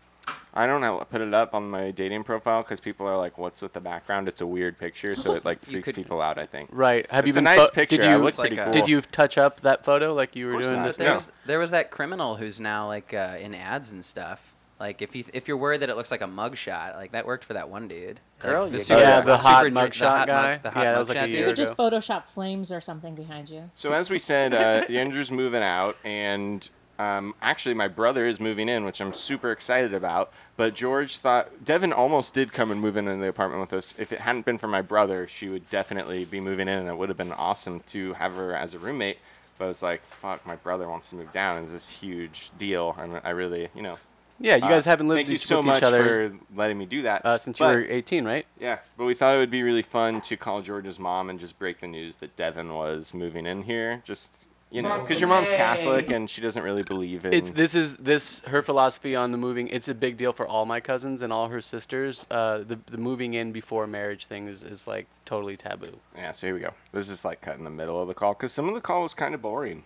I don't know. I put it up on my dating profile because people are like, "What's with the background? It's a weird picture," *laughs* so it like freaks people out. I think.
Right. Have you
It's
been?
a nice
pho-
picture?
Did
I
you,
look pretty cool.
Did you touch up that photo like you
Of
were
course
doing
not.
this?
There was, there was that criminal who's now like uh, in ads and stuff. Like if you if you're worried that it looks like a mugshot, like that worked for that one dude. Like,
Girl,
the
you
super-
got it. Yeah, the hot
super dr-
mugshot guy.
the hot
Yeah, that was like
mugshot
a
dude.
you could just Photoshop flames or something behind you.
So as we said, uh, Andrew's moving out, and um, actually my brother is moving in, which I'm super excited about. But George thought Devin almost did come and move in in the apartment with us. If it hadn't been for my brother, she would definitely be moving in, and it would have been awesome to have her as a roommate. But I was like, "Fuck, my brother wants to move down. Is this huge deal?" And I really, you know, uh,
Yeah, you guys haven't lived
thank you
each-
so
with each
much
other-
for letting me do that
uh, since you
But-
were 18, right?
Yeah, but we thought it would be really fun to call George's mom and just break the news that Devin was moving in here. Just you know, because your mom's
Yay.
Catholic and she doesn't really believe in.
It's this is this her philosophy on the moving. It's a big deal for all my cousins and all her sisters. Uh, the the moving in before marriage thing is, is like totally taboo.
Yeah, so here we go. This is like cut in the middle of the call because some of the call was kind of boring.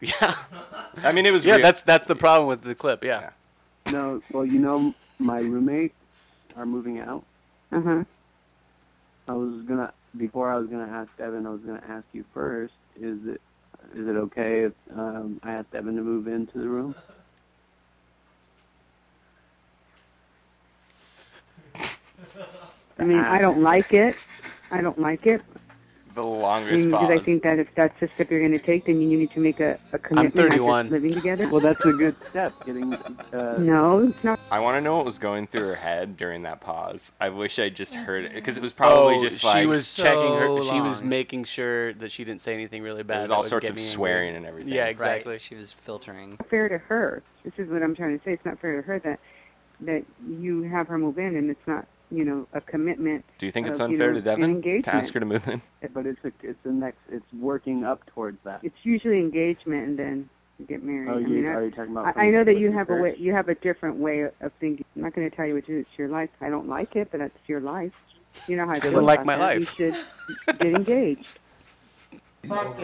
Yeah,
I mean it was.
yeah.
weird.
That's that's the problem with the clip. Yeah.
No, well, you know, my roommates are moving out.
Mhm.
I was gonna before I was gonna ask Devin. I was gonna ask you first. Is it is it okay if um, I asked Devin to move into the room?
I mean, I don't
*laughs*
like it. I don't like it.
the
I
longest
mean, because I
pause.
think that if that's the step you're going to take, then you need to make a, a commitment. not just Living together.
Well, that's a good step. Getting uh,
No, it's not.
I want to know what was going through her head during that pause. I wish I just heard it because it was probably
Oh,
just
she
like
was checking her. She was making sure that she didn't say anything really bad.
was
that
all
would
sorts
get
of
me angry.
swearing and everything.
Yeah,
Right.
exactly.
She was filtering.
fair to her. This is what I'm trying to say. It's not fair to her that that you have her move in, and it's not you know a commitment.
Do you think
of,
it's unfair
know,
to
an
Devin to
engagement.
ask her to move in?
But it's a, it's the next. It's working up towards that.
It's usually engagement, and then you get married.
Oh,
I
you-
mean, I-
are you talking about
I, I know
from-
that you
from
have a
church?
way, you have a different way of thinking. I'm not going to tell you what to do. It's your life. I don't like it, but that's your life. You know how I
She doesn't
feel
like
about
my
that.
life.
You should get engaged.
But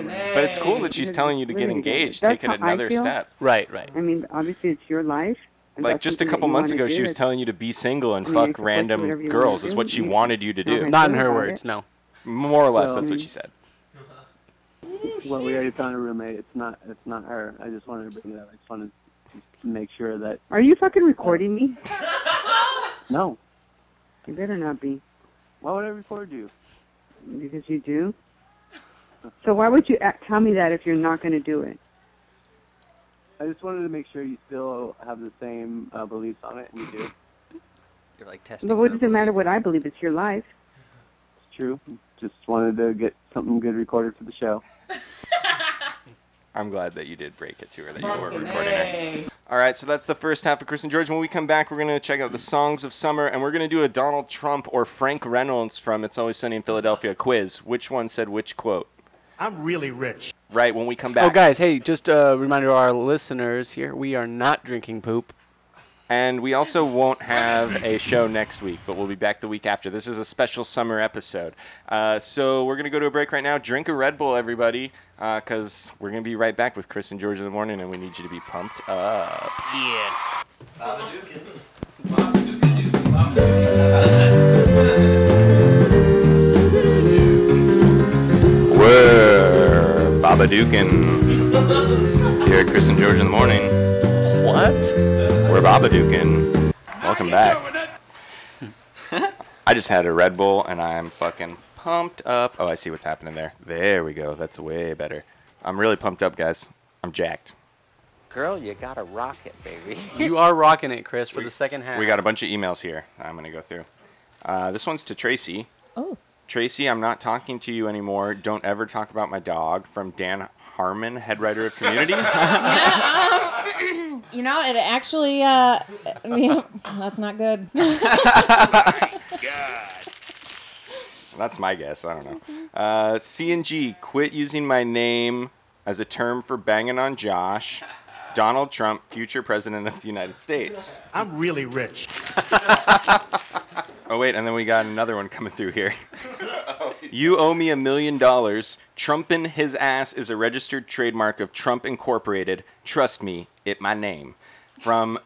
it's cool that she's telling you to get
Living together.
engaged,
That's
take it
how I
another
feel.
step.
Right, right.
I mean, obviously, it's your life. and
Like
that's
just a
something that
couple
you
months
wanna
ago, she
do.
was telling you to be single and
I mean,
fuck
it's like whatever
random
you
girls.
wanna
Is
do,
what she
you-
wanted you to
Not
do.
in Not in her about words, it.
no.
More or less,
Well-
that's what she said.
Well, we already found a roommate. It's not. It's not her. I just wanted to bring it up. I just wanted to make sure that
Are you fucking recording me?
*laughs* no.
You better not be,
Why would I record you?
because you do. So why would you act, tell me that if you're not going to do it?
I just wanted to make sure you still have the same uh, beliefs on it, and you do.
*laughs* You're like
But what does it matter what I believe? It's your life.
It's true. Just wanted to get something good recorded for the show.
*laughs* I'm glad that you did break it to her that you were recording her. All right, so that's the first half of Chris and George. When we come back, we're going to check out the songs of summer, and we're going to do a Donald Trump or Frank Reynolds from It's Always Sunny in Philadelphia quiz. Which one said which quote?
I'm really rich.
Right when we come back.
Oh, guys, hey, just a reminder to our listeners here: we are not drinking poop.
And we also won't have a show next week, but we'll be back the week after. This is a special summer episode. Uh, so we're going to go to a break right now. Drink a Red Bull, everybody, because we're going to be right back with Chris and George in the morning, and we need you to be pumped up.
Yeah.
*laughs* We're Babadookin here at Chris and George in the morning. What? We're Babadookin. Welcome back. I just had a Red Bull and I'm fucking pumped up. Oh, I see what's happening there. There we go. That's way better. I'm really pumped up, guys. I'm jacked.
Girl, you got a rocket,
*laughs*
baby. you are rocking it, Chris, for the second half.
We got a bunch of emails here. that I'm gonna go through. Uh, this one's to Tracy.
Oh.
Tracy, I'm not talking to you anymore. Don't ever talk about my dog. From Dan Harmon, head writer of Community. *laughs*
*clears throat* you know, it actually. Uh, *laughs* I mean, that's not good. *laughs*
That's my guess. I don't know. Uh, G quit using my name as a term for banging on Josh. Donald Trump, future president of the United States.
I'm really rich.
Oh, wait, and then we got another one coming through here. *laughs* you owe me a million dollars. Trumpin' his ass is a registered trademark of Trump Incorporated. Trust me, it my name. From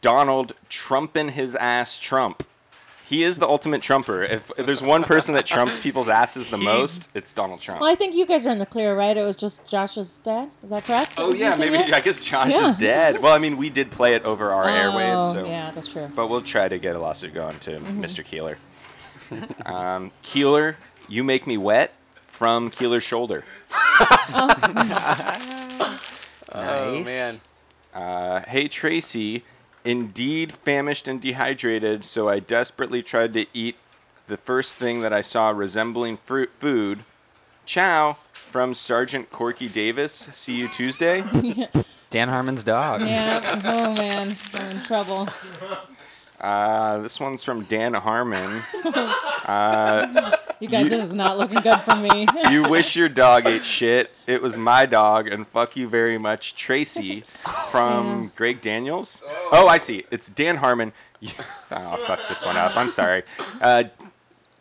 Donald Trumpin' his ass Trump. He is the ultimate trumper. If, if there's one person that trumps people's asses the most, it's Donald Trump.
well, I think you guys are in the clear, right? It was just Josh's dad. Is that correct?
Oh
Was he
yeah,
singing
maybe
it?
I guess Josh
eh? Yeah.
is dead. Well, I mean, we did play it over our
Oh,
airwaves, so
yeah, that's true.
But we'll try to get a lawsuit going to
Mhm.
Mr. Keeler. um, Keeler, you make me wet from Keeler's
*laughs*
shoulder.
Oh, man.
Uh, hey Tracy, indeed famished and dehydrated, so I desperately tried to eat the first thing that I saw resembling fruit food. Chow from Sergeant Corky Davis. See you Tuesday.
Dan Harmon's dog.
Yeah. Oh man, I'm
*laughs*
in trouble.
Uh, this one's from Dan Harmon. Uh,
You guys, this is not looking good
*laughs*
for me.
you wish your dog ate shit. It was my dog, and fuck you very much, Tracy, from Greg Daniels. Oh. I see. It's Dan Harmon. *laughs* oh, fuck this one up. I'm sorry. Uh,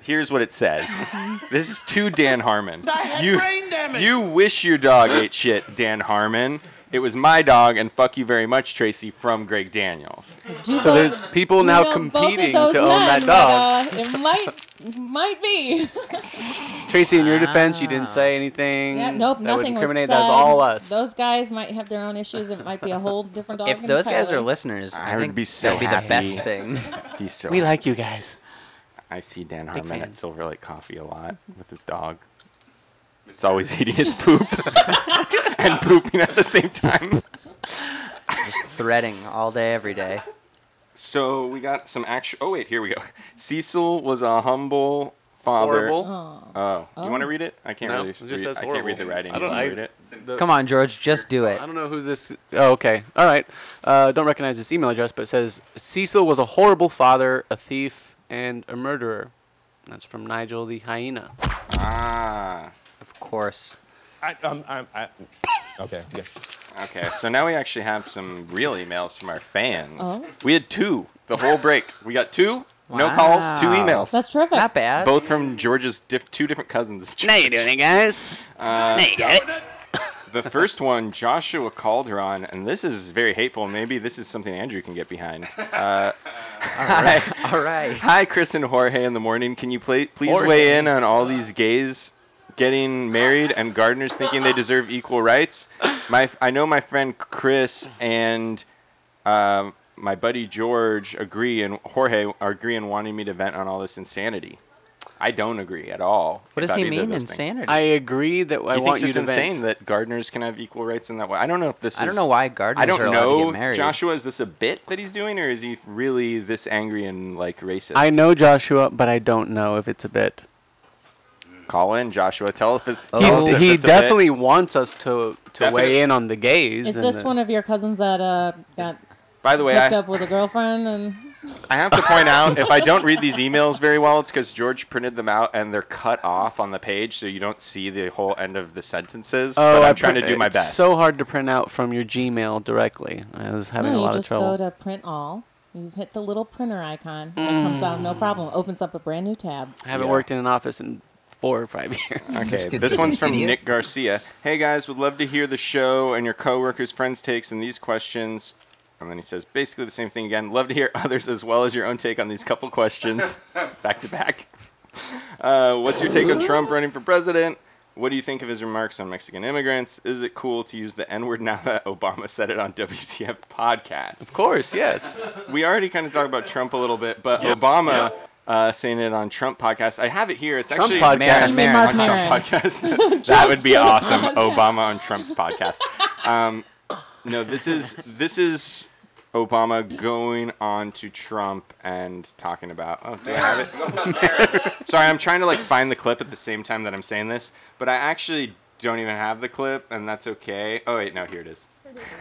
here's what it says. This is to Dan Harmon.
I had
you,
brain damage.
you wish your dog ate shit, Dan Harmon. It was my dog, and fuck you very much, Tracy, from Greg Daniels.
Do
So
both-
there's people
do you
now
know
competing
both of those
to own
men
that dog.
would, uh, it might,
*laughs*
might be.
Tracy,
Ah.
in your defense, you didn't say anything.
yeah,
that
nope,
would
nothing was
incriminate.
said.
That was all us.
Those guys might have their own issues. It might be a whole different dog.
If those guys are
entirely.
listeners, I,
I would
think
be so
that'd be
happy.
the best thing.
*laughs* Be so
we like you guys.
I see Dan
Big
Harmon at
fans. Mm-hmm.
Silver Lake Coffee a lot with his dog. It's always eating its
*laughs*
poop and pooping at the same time.
Just threading all day, every day.
So we got some action. Oh wait, here we go. Cecil was a humble father.
Horrible.
Oh, you want to read it? I can't
No,
really.
it just
read,
says
I can't read
horrible.
the writing.
I
You
don't-
wanna
I-
read it.
the-
Come on, George, just do it.
I don't know who this. Oh, okay. All right. Uh, don't recognize this email address, but it says Cecil was a horrible father, a thief, and a murderer. That's from Nigel the hyena.
Ah.
Of course.
I, um, I, I, okay. Yeah.
Okay, so now we actually have some real emails from our fans.
Oh.
We had two the whole break. We got two, no calls, two
Wow.
emails.
That's terrific. Not
bad.
Both from George's diff- two different cousins.
Now you're doing it, guys.
Uh,
Now you got it.
*laughs* the first one, Joshua Calderon, and this is very hateful. Maybe this is something Andrew can get behind. Uh, Hi.
*laughs* All right.
*laughs* Hi, Chris and Jorge in the morning. Can you play, please
Jorge.
weigh in on all these gays getting married and gardeners thinking they deserve equal rights? My, I know my friend Chris and um, my buddy George agree, and Jorge are agreeing wanting me to vent on all this insanity. I don't agree at all.
What does
about
he
either of
mean,
those things.
insanity?
I agree that I
he
want
thinks
you
it's
to
insane
vent.
that gardeners can have equal rights in that way. I don't know if this.
I don't
is-
know why
I
gardeners
don't
are allowed
know,
to get married.
Joshua, is this a bit that he's doing, or is he really this angry and like racist?
I know Joshua, but I don't know if it's a bit.
Call in, Joshua. Tell if it's.
He,
tell us if
he
it's a bit.
definitely wants us to to
Definitely.
weigh in on the gays.
Is
and
this
the-
one of your cousins that uh, got
By the way,
hooked
I,
up with a girlfriend? And
I have to
*laughs*
point out if I don't read these emails very well, it's because George printed them out and they're cut off on the page, so you don't see the whole end of the sentences. but
Oh, I
I'm trying to
print-
do my
it's
best.
So hard to print out from your Gmail directly. I was having a
no,
lot
you
of
just
trouble.
go to print all. You hit the little printer icon. It comes out no problem. Opens up a brand new tab.
I haven't worked in an office in four or five *laughs* years.
Okay, this one's from
*laughs*
Nick Garcia. Hey guys, would love to hear the show and your coworkers, friends' takes and these questions. And then he says basically the same thing again. Love to hear *laughs* others as well as your own take on these couple
*laughs*
questions, back to back. Uh, what's your take on Trump running for president? What do you think of his remarks on Mexican immigrants? Is it cool to use the N word now that Obama said it on *laughs* WTF podcast?
Of course, yes.
we already kind of talked about Trump a little bit, but Obama uh, saying it on Trump podcast. I have it here. It's
Trump
actually
podcast. Maron,
on
Maron.
Trump
Maron.
podcast. that
Trump's
would *laughs* be
doing a
awesome.
podcast.
Obama on Trump's podcast. Um, no, this is this is Obama going on to Trump and talking about. Oh, do I have *laughs* it? Sorry, I'm trying to like find the clip at the same time that I'm saying this, but I actually don't even have the clip, and that's okay. Oh wait, no, here it is.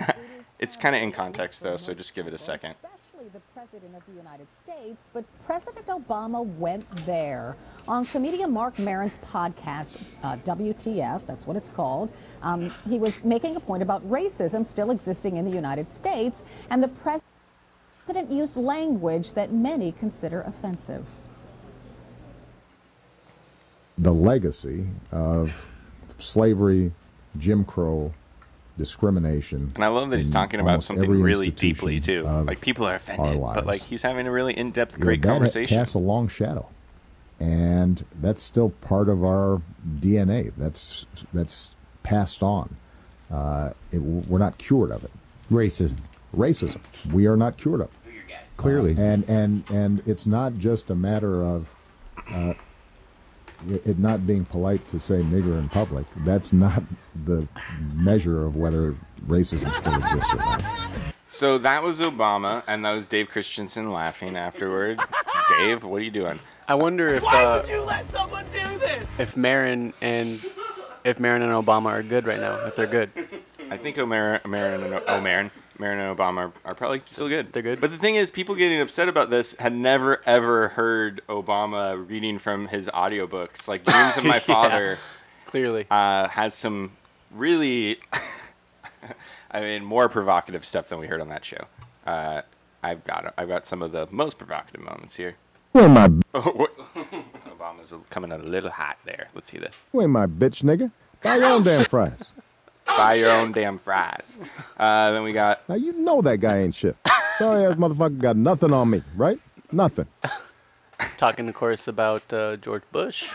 *laughs* it's kind of in context though, so just give it a second.
actually the president of the United States, but President Obama went there on comedian Mark Maron's podcast, uh, WTF, that's what it's called. Um, he was making a point about racism still existing in the United States, and the pres- president used language that many consider offensive.
the legacy of slavery, Jim Crow, discrimination.
And I love that he's
in
talking about
Mm, almost
something
every
really
institution
deeply too.
of
Like people are
our
offended, but
lives.
like he's having a really in-depth,
You know,
great
that
conversation.
casts a long shadow, and that's still part of our DNA. That's that's passed on. Uh, it, we're not cured of it. Racism. Racism. We are not cured of. it.
Clearly.
Uh, and and and it's not just a matter of. Uh, it it not being polite to say nigger in public, that's not the measure of whether racism still exists or not.
So that was Obama, and that was Dave Christensen laughing afterward. *laughs* Dave, what are you doing?
I wonder if
Why
uh,
would
you let someone do this? If Marin and if Marin and Obama are good right now, if they're good.
I think O'Mara, O'Mara and O'Marin, Marin and Obama are, *laughs* are probably still good. They're good. But the thing is, people getting upset about this had never ever heard Obama reading from his audiobooks. Like Dreams of My
Yeah.
Father,
clearly
uh, has some really, *laughs* I mean, more provocative stuff than we heard on that show. Uh, I've got I've got some of the most provocative moments here.
Where my
*laughs* Oh, what? Obama's coming out a little hot there. Let's see this.
where my bitch nigga? Buy your own damn fries.
Buy your own damn fries. Uh, then we got
Now you know that guy ain't shit. Sorry ass motherfucker got nothing on me, right? Nothing.
talking, of course, about uh, George Bush.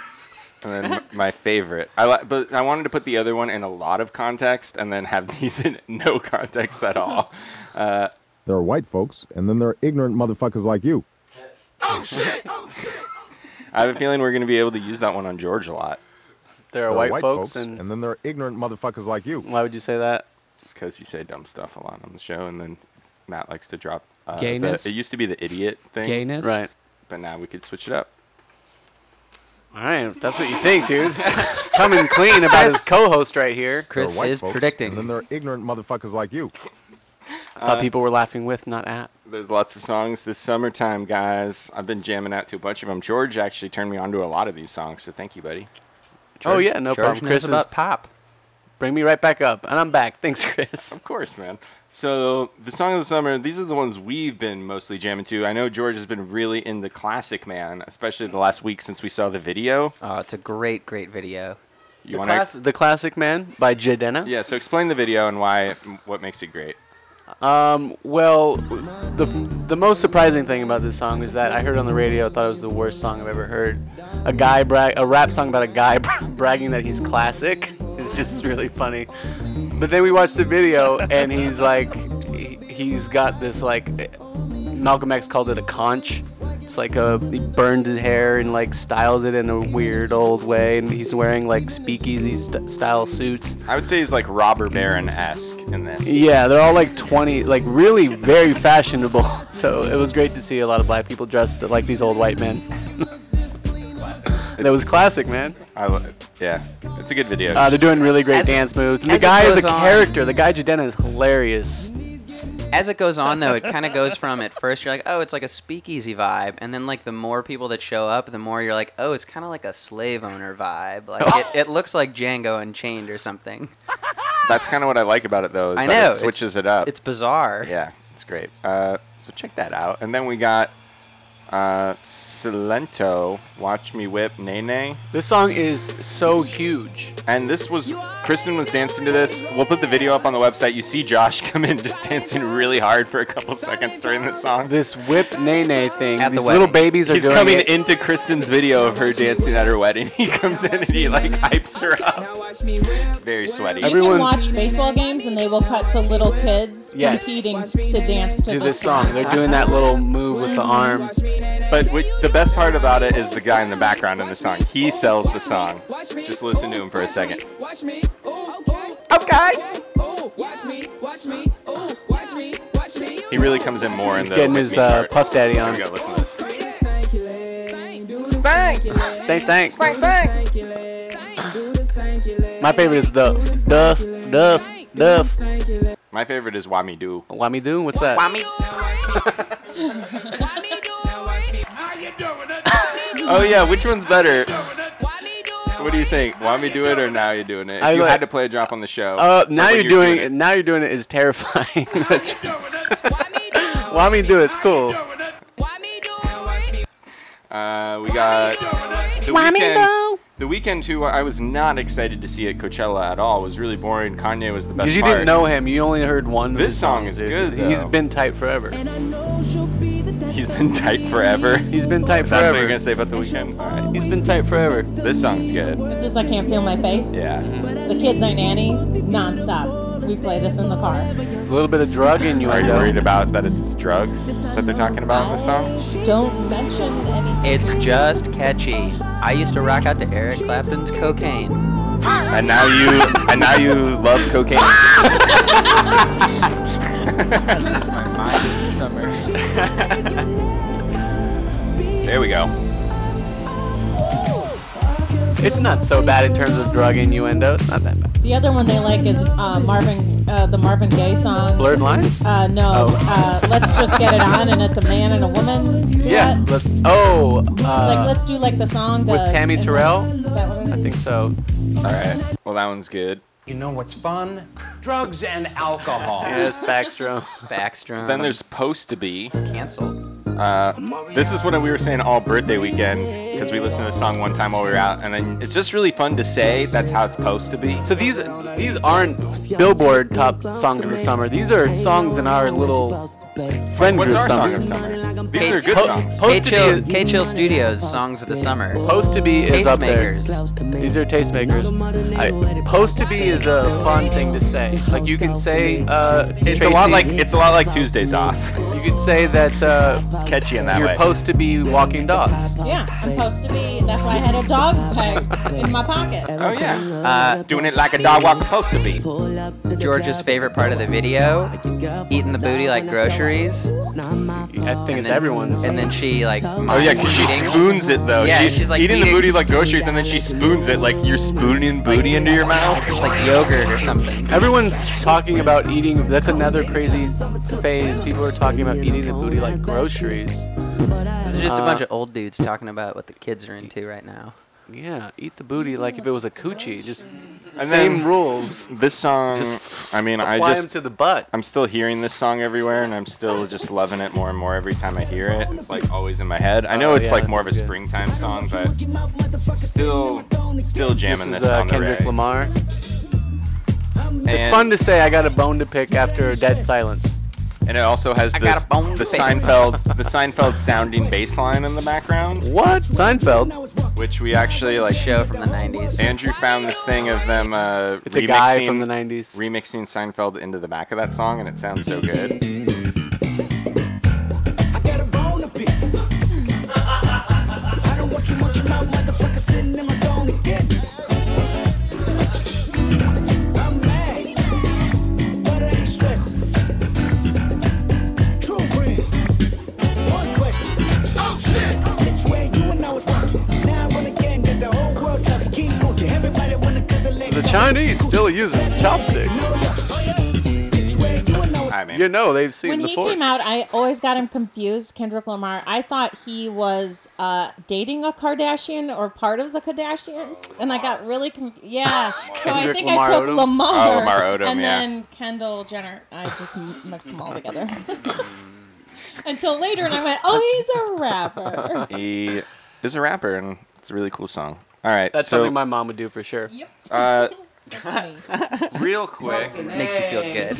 And then m- my favorite, I li- but I wanted to put the other one in a lot of context, and then have *laughs* these in no context at all. Uh,
There are white folks, and then there are ignorant motherfuckers like you.
oh shit! I have a feeling we're going to be able to use that one on George a lot.
There are white, folks, and,
then there are ignorant motherfuckers like you.
Why would you say that?
It's because you say dumb stuff a lot on the show, and then Matt likes to drop uh, the-
Gayness?
it used to be the idiot thing,
Gayness? Right.
But now we could switch it up.
All right, if that's what you think, *laughs* dude. Coming clean about his co-host right here.
There are white folks, And then there are ignorant motherfuckers like you.
I thought people were laughing with, not at.
Uh, There's lots of songs this summertime, guys. I've been jamming out to a bunch of them. George actually turned me onto a lot of these songs, so thank you, buddy.
oh
George-
yeah, no
George
problem.
knows
Chris
about
is pop. Bring me right back up, and I'm back. Thanks, Chris.
Of course, man. So the song of the summer, these are the ones we've been mostly jamming to. I know George has been really into classic man, especially the last week since we saw the video.
Oh, it's a great, great video.
You
the,
wanna-
class- the classic man by Jadena.
Yeah. So explain the video and why, what makes it great.
Um, well, the the most surprising thing about this song is that I heard on the radio. I thought it was the worst song I've ever heard. A guy brag, a rap song about a guy *laughs* bragging that he's classic. It's just really funny. But then we watched the video, and he's like, he, he's got this like, Malcolm X called it a conch. It's like a he burns his hair and like styles it in a weird old way, and he's wearing like speakeasy st- style suits.
I would say he's like Robert Baron esque in this.
Yeah, they're all like 20, like really very fashionable. *laughs* So it was great to see a lot of black people dressed like these old white men. *laughs* that was classic, man.
I, lo- yeah, it's a good video.
Uh, they're doing really great
As it-
dance moves. And the
as it
guy is
goes
a
on-
character. The guy Jadena is hilarious.
As it goes on, though, it kind of goes from at first you're like, oh, it's like a speakeasy vibe, and then like the more people that show up, the more you're like, oh, it's kind of like a slave owner vibe. Like it, it looks like Django Unchained or something.
That's kind of what I like about it though. Is
I
that
know,
it
it's-
switches it up.
It's bizarre.
Yeah, it's great. Uh, so check that out. And then we got uh, Silento, Watch Me Whip, Nene.
This song is so huge.
And this was, Kristen was dancing to this. We'll put the video up on the website. You see Josh *laughs* come in just dancing really hard for a couple seconds during this song.
This whip nene thing. these little babies are
He's
doing
coming
it.
into Kristen's video of her dancing at her wedding. *laughs* He comes in and he like hypes her up. Very sweaty.
You can watch baseball games and they will cut to little kids
Yes.
competing to dance to
Do
this song.
They're doing that little move with the arm.
But which, the best part about it is the guy in the background in the song. He sells the song. Just listen to him for a second.
Watch me, ooh, ooh,
okay.
Ooh, watch me, watch me, ooh, watch me, watch me.
He really comes in more in
He's
the.
getting
with me
his uh,
part.
Puff Daddy on.
Here we go. Listen to this.
Stank, stank.
stank. Do the stanky leg.
My favorite is the duff, duff, duff.
My favorite is Wami Do.
Wami Do? What's that?
*laughs* Oh yeah, which one's better? What do you think? Wami Do it or Now You Doing It? If
I
you
like-
had to play a drop on the show.
Uh,
or
now
Oh, when
you're doing it. Now you're doing it is terrifying. *laughs* That's Why me do it? It's cool.
Uh, we got the
Why me
weekend.
though?
The weekend too. I was not excited to see at Coachella at all. It was really boring. Kanye was the best.
Because you
part.
didn't know him. You only heard one. of
This
his
song
songs,
is
dude.
good,
He's
though.
been tight forever.
He's been tight forever.
He's been tight
That's what
forever.
you're gonna say about the weekend. All right.
He's been tight forever.
This song's good.
This is I Can't Feel My Face.
Yeah.
The kids ain't Annie, nonstop. We play this in the car.
A little bit of drug in you.
Are you worried about that? It's drugs that they're talking about in the song.
Don't mention anything.
It's just catchy. I used to rock out to Eric Clapton's Cocaine.
And now you, and now you love cocaine. there we go.
It's not so bad in terms of drug innuendo. It's not that bad.
The other one they like is uh, Marvin uh, the Marvin Gaye song?
Blurred Lines?
Uh, no.
Oh.
Uh, let's just get it on, and it's a man and a woman duet.
yeah. Let's. Oh. Uh,
like let's do like the song does.
with Tammy
and
Terrell?
let's- Is that what it is?
I think so.
All right. Well, that one's good.
You know what's fun? Drugs and alcohol.
Yes, Backstrom.
Backstrom.
Then there's supposed to be
canceled.
Uh, this is what we were saying all birthday weekend because we listened to a song one time while we were out, and then it's just really fun to say that's how it's supposed to be.
So these these aren't Billboard top songs of the summer. These are songs in our little friend
What's
group
our song
summer.
of summer? These are good
Po-
songs.
K-Chill, K-Chill Studios, Songs of the Summer.
Post to be is up there.
Tastemakers.
These are tastemakers. I, post to be is a fun thing to say. Like you can say, uh,
It's a lot
Tracy,
like it's a lot like Tuesdays off.
you could say that uh,
It's catchy in that
you're
way.
post to be walking dogs.
Yeah, I'm supposed to be. That's why I had a dog peg in my pocket.
oh yeah, uh, doing it like a dog walker supposed to be.
George's favorite part of the video, eating the booty like groceries.
I
think it's everyone's. And then she like.
Oh yeah, 'cause she spoons it though.
Yeah,
She-
she's like
eating, the
eating-
booty like groceries, and then she spoons it like you're spooning booty into your mouth. It's
like yogurt or something.
Everyone's talking about eating. That's another crazy phase. People are talking about eating the booty like groceries.
This is just a
Uh,
bunch of old dudes talking about what the kids are into right now.
Yeah, eat the booty like if it was a coochie. Just
And
same
then
rules.
This song, I mean, I
apply 'em
just
to the butt.
I'm still hearing this song everywhere, and I'm still just loving it more and more every time I hear it. It's like always in my head. I know
Oh,
it's
yeah,
like more of a
that's good.
springtime song, but still, still jamming
this
this,
is uh,
on
Kendrick
the reg.
Lamar. It's
And-
fun to say I got a bone to pick after a dead silence.
And it also has
I got
this,
a bone
the
to pick.
Seinfeld, the Seinfeld sounding bass line in the background.
What Seinfeld?
Which we actually like
show from the '90s.
Andrew found this thing of them. Uh,
It's a guy
remixing-
from the 90s.
remixing Seinfeld into the back of that song, and it sounds so good.
Oh,
The Chinese still using chopsticks. You know they've seen
when
it
he
before.
came out, I always got him confused. Kendrick Lamar. I thought he was uh, dating a Kardashian or part of the Kardashians, and I got really confused. Yeah, so I
Kendrick
think
Lamar
I took
Odom?
Lamar,
Oh, Lamar Odom,
and
yeah.
then Kendall Jenner. I just m- mixed them all together. *laughs* Until later, and I went, "Oh, he's a rapper." *laughs*
he is a rapper, and it's a really cool song. All right,
That's
so
something my mom would do for sure.
Yep.
*laughs*
uh,
That's me.
real quick,
Makes you feel good.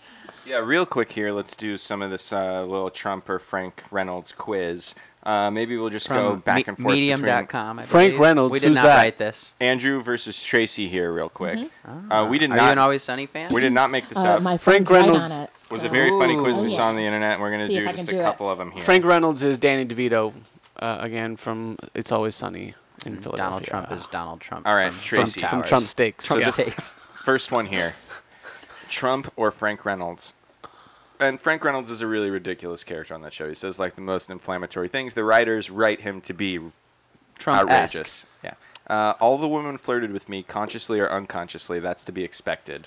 *laughs* yeah, real quick here. Let's do some of this uh, little Trump or Frank Reynolds quiz. Uh, maybe we'll just go
From
back
me-
and forth.
medium.com,
Between
I Frank believe. Reynolds, We did who's not that? write this.
Andrew versus Tracy here, real quick.
Mhm.
Uh, we did
Are you
not.
an Always Sunny fan?
We did not make this
Uh,
up.
my Frank
friend's right Reynolds on it,
was a
so-
very funny quiz
Oh,
Ooh.
we saw on the internet. and We're gonna
See
do
if I
just
can
a
do it.
couple of them here.
Frank Reynolds is Danny DeVito, uh, again from It's Always Sunny in Philadelphia.
Donald Trump is Donald Trump.
All right,
from
Tracy.
Trump From Trump Towers. Steaks.
So
Trump
this-
Steaks.
First one here. Trump or Frank Reynolds? And Frank Reynolds is a really ridiculous character on that show. He says like the most inflammatory things. The writers write him to be
Trump-esque.
outrageous. Yeah. Uh, all the women flirted with me, consciously or unconsciously. That's to be expected.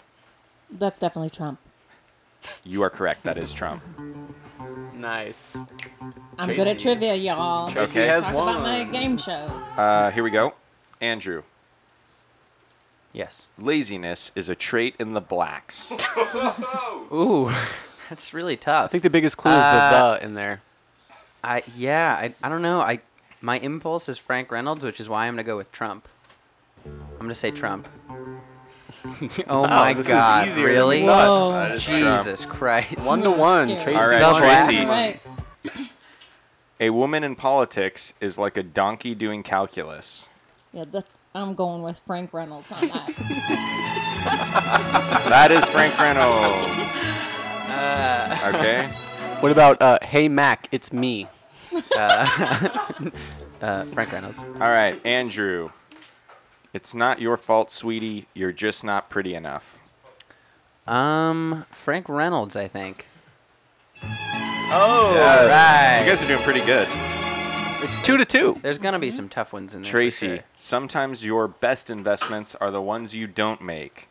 That's definitely Trump.
You are correct. That is Trump.
Nice.
I'm good at trivia, y'all.
Tracy
I
has
talked about
won.
my game shows.
Uh, here we go. Andrew.
Yes.
Laziness is a trait in the blacks.
*laughs*
Ooh, *laughs* that's really tough. I
think the biggest clue is the the in there.
I yeah, I, I don't know. I my impulse is Frank Reynolds, which is why I'm gonna go with Trump. I'm gonna say Trump. oh *laughs*
Wow,
my
this is
God!
easier than
really?
we thought. Whoa. That is Trump.
Jesus Christ!
One to one, Tracy.
All
Double
right,
axe.
Tracy. A woman in politics is like a donkey doing
*laughs*
calculus.
Yeah, that, I'm going with Frank Reynolds on that.
*laughs* That is Frank Reynolds.
*laughs*
Okay.
What about uh, Hey Mac, it's *laughs* me?
uh, Frank Reynolds.
All right, Andrew. It's not your fault, sweetie. You're just not pretty enough.
Um, Frank Reynolds, I think.
Oh,
right.
You guys are doing pretty good.
It's two to two.
There's gonna be some tough ones in there. for
Tracy,
sure.
sometimes your best investments are the ones you don't make.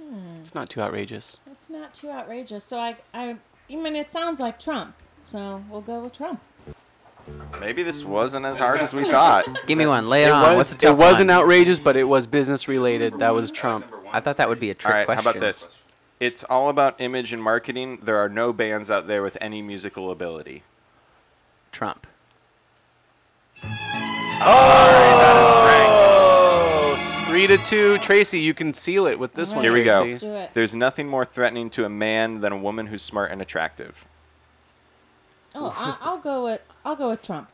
Hmm.
It's not too outrageous.
It's not too outrageous. So I, I, I mean, it sounds like Trump. So we'll go with Trump.
Maybe this wasn't as hard as we thought.
Give me one. Lay it, on.
was,
What's a
it
tough
wasn't
one?
outrageous, but it was business related. That was Trump.
I thought that would be a
All
trick
right,
question.
how about this? It's all about image and marketing. There are no bands out there with any musical ability.
Trump.
Oh! Three to two, Tracy. You can seal it with this one.
Here we go.
Tracy.
There's nothing more threatening to a man than a woman who's smart and attractive.
Oh, I, I'll go with I'll go with Trump.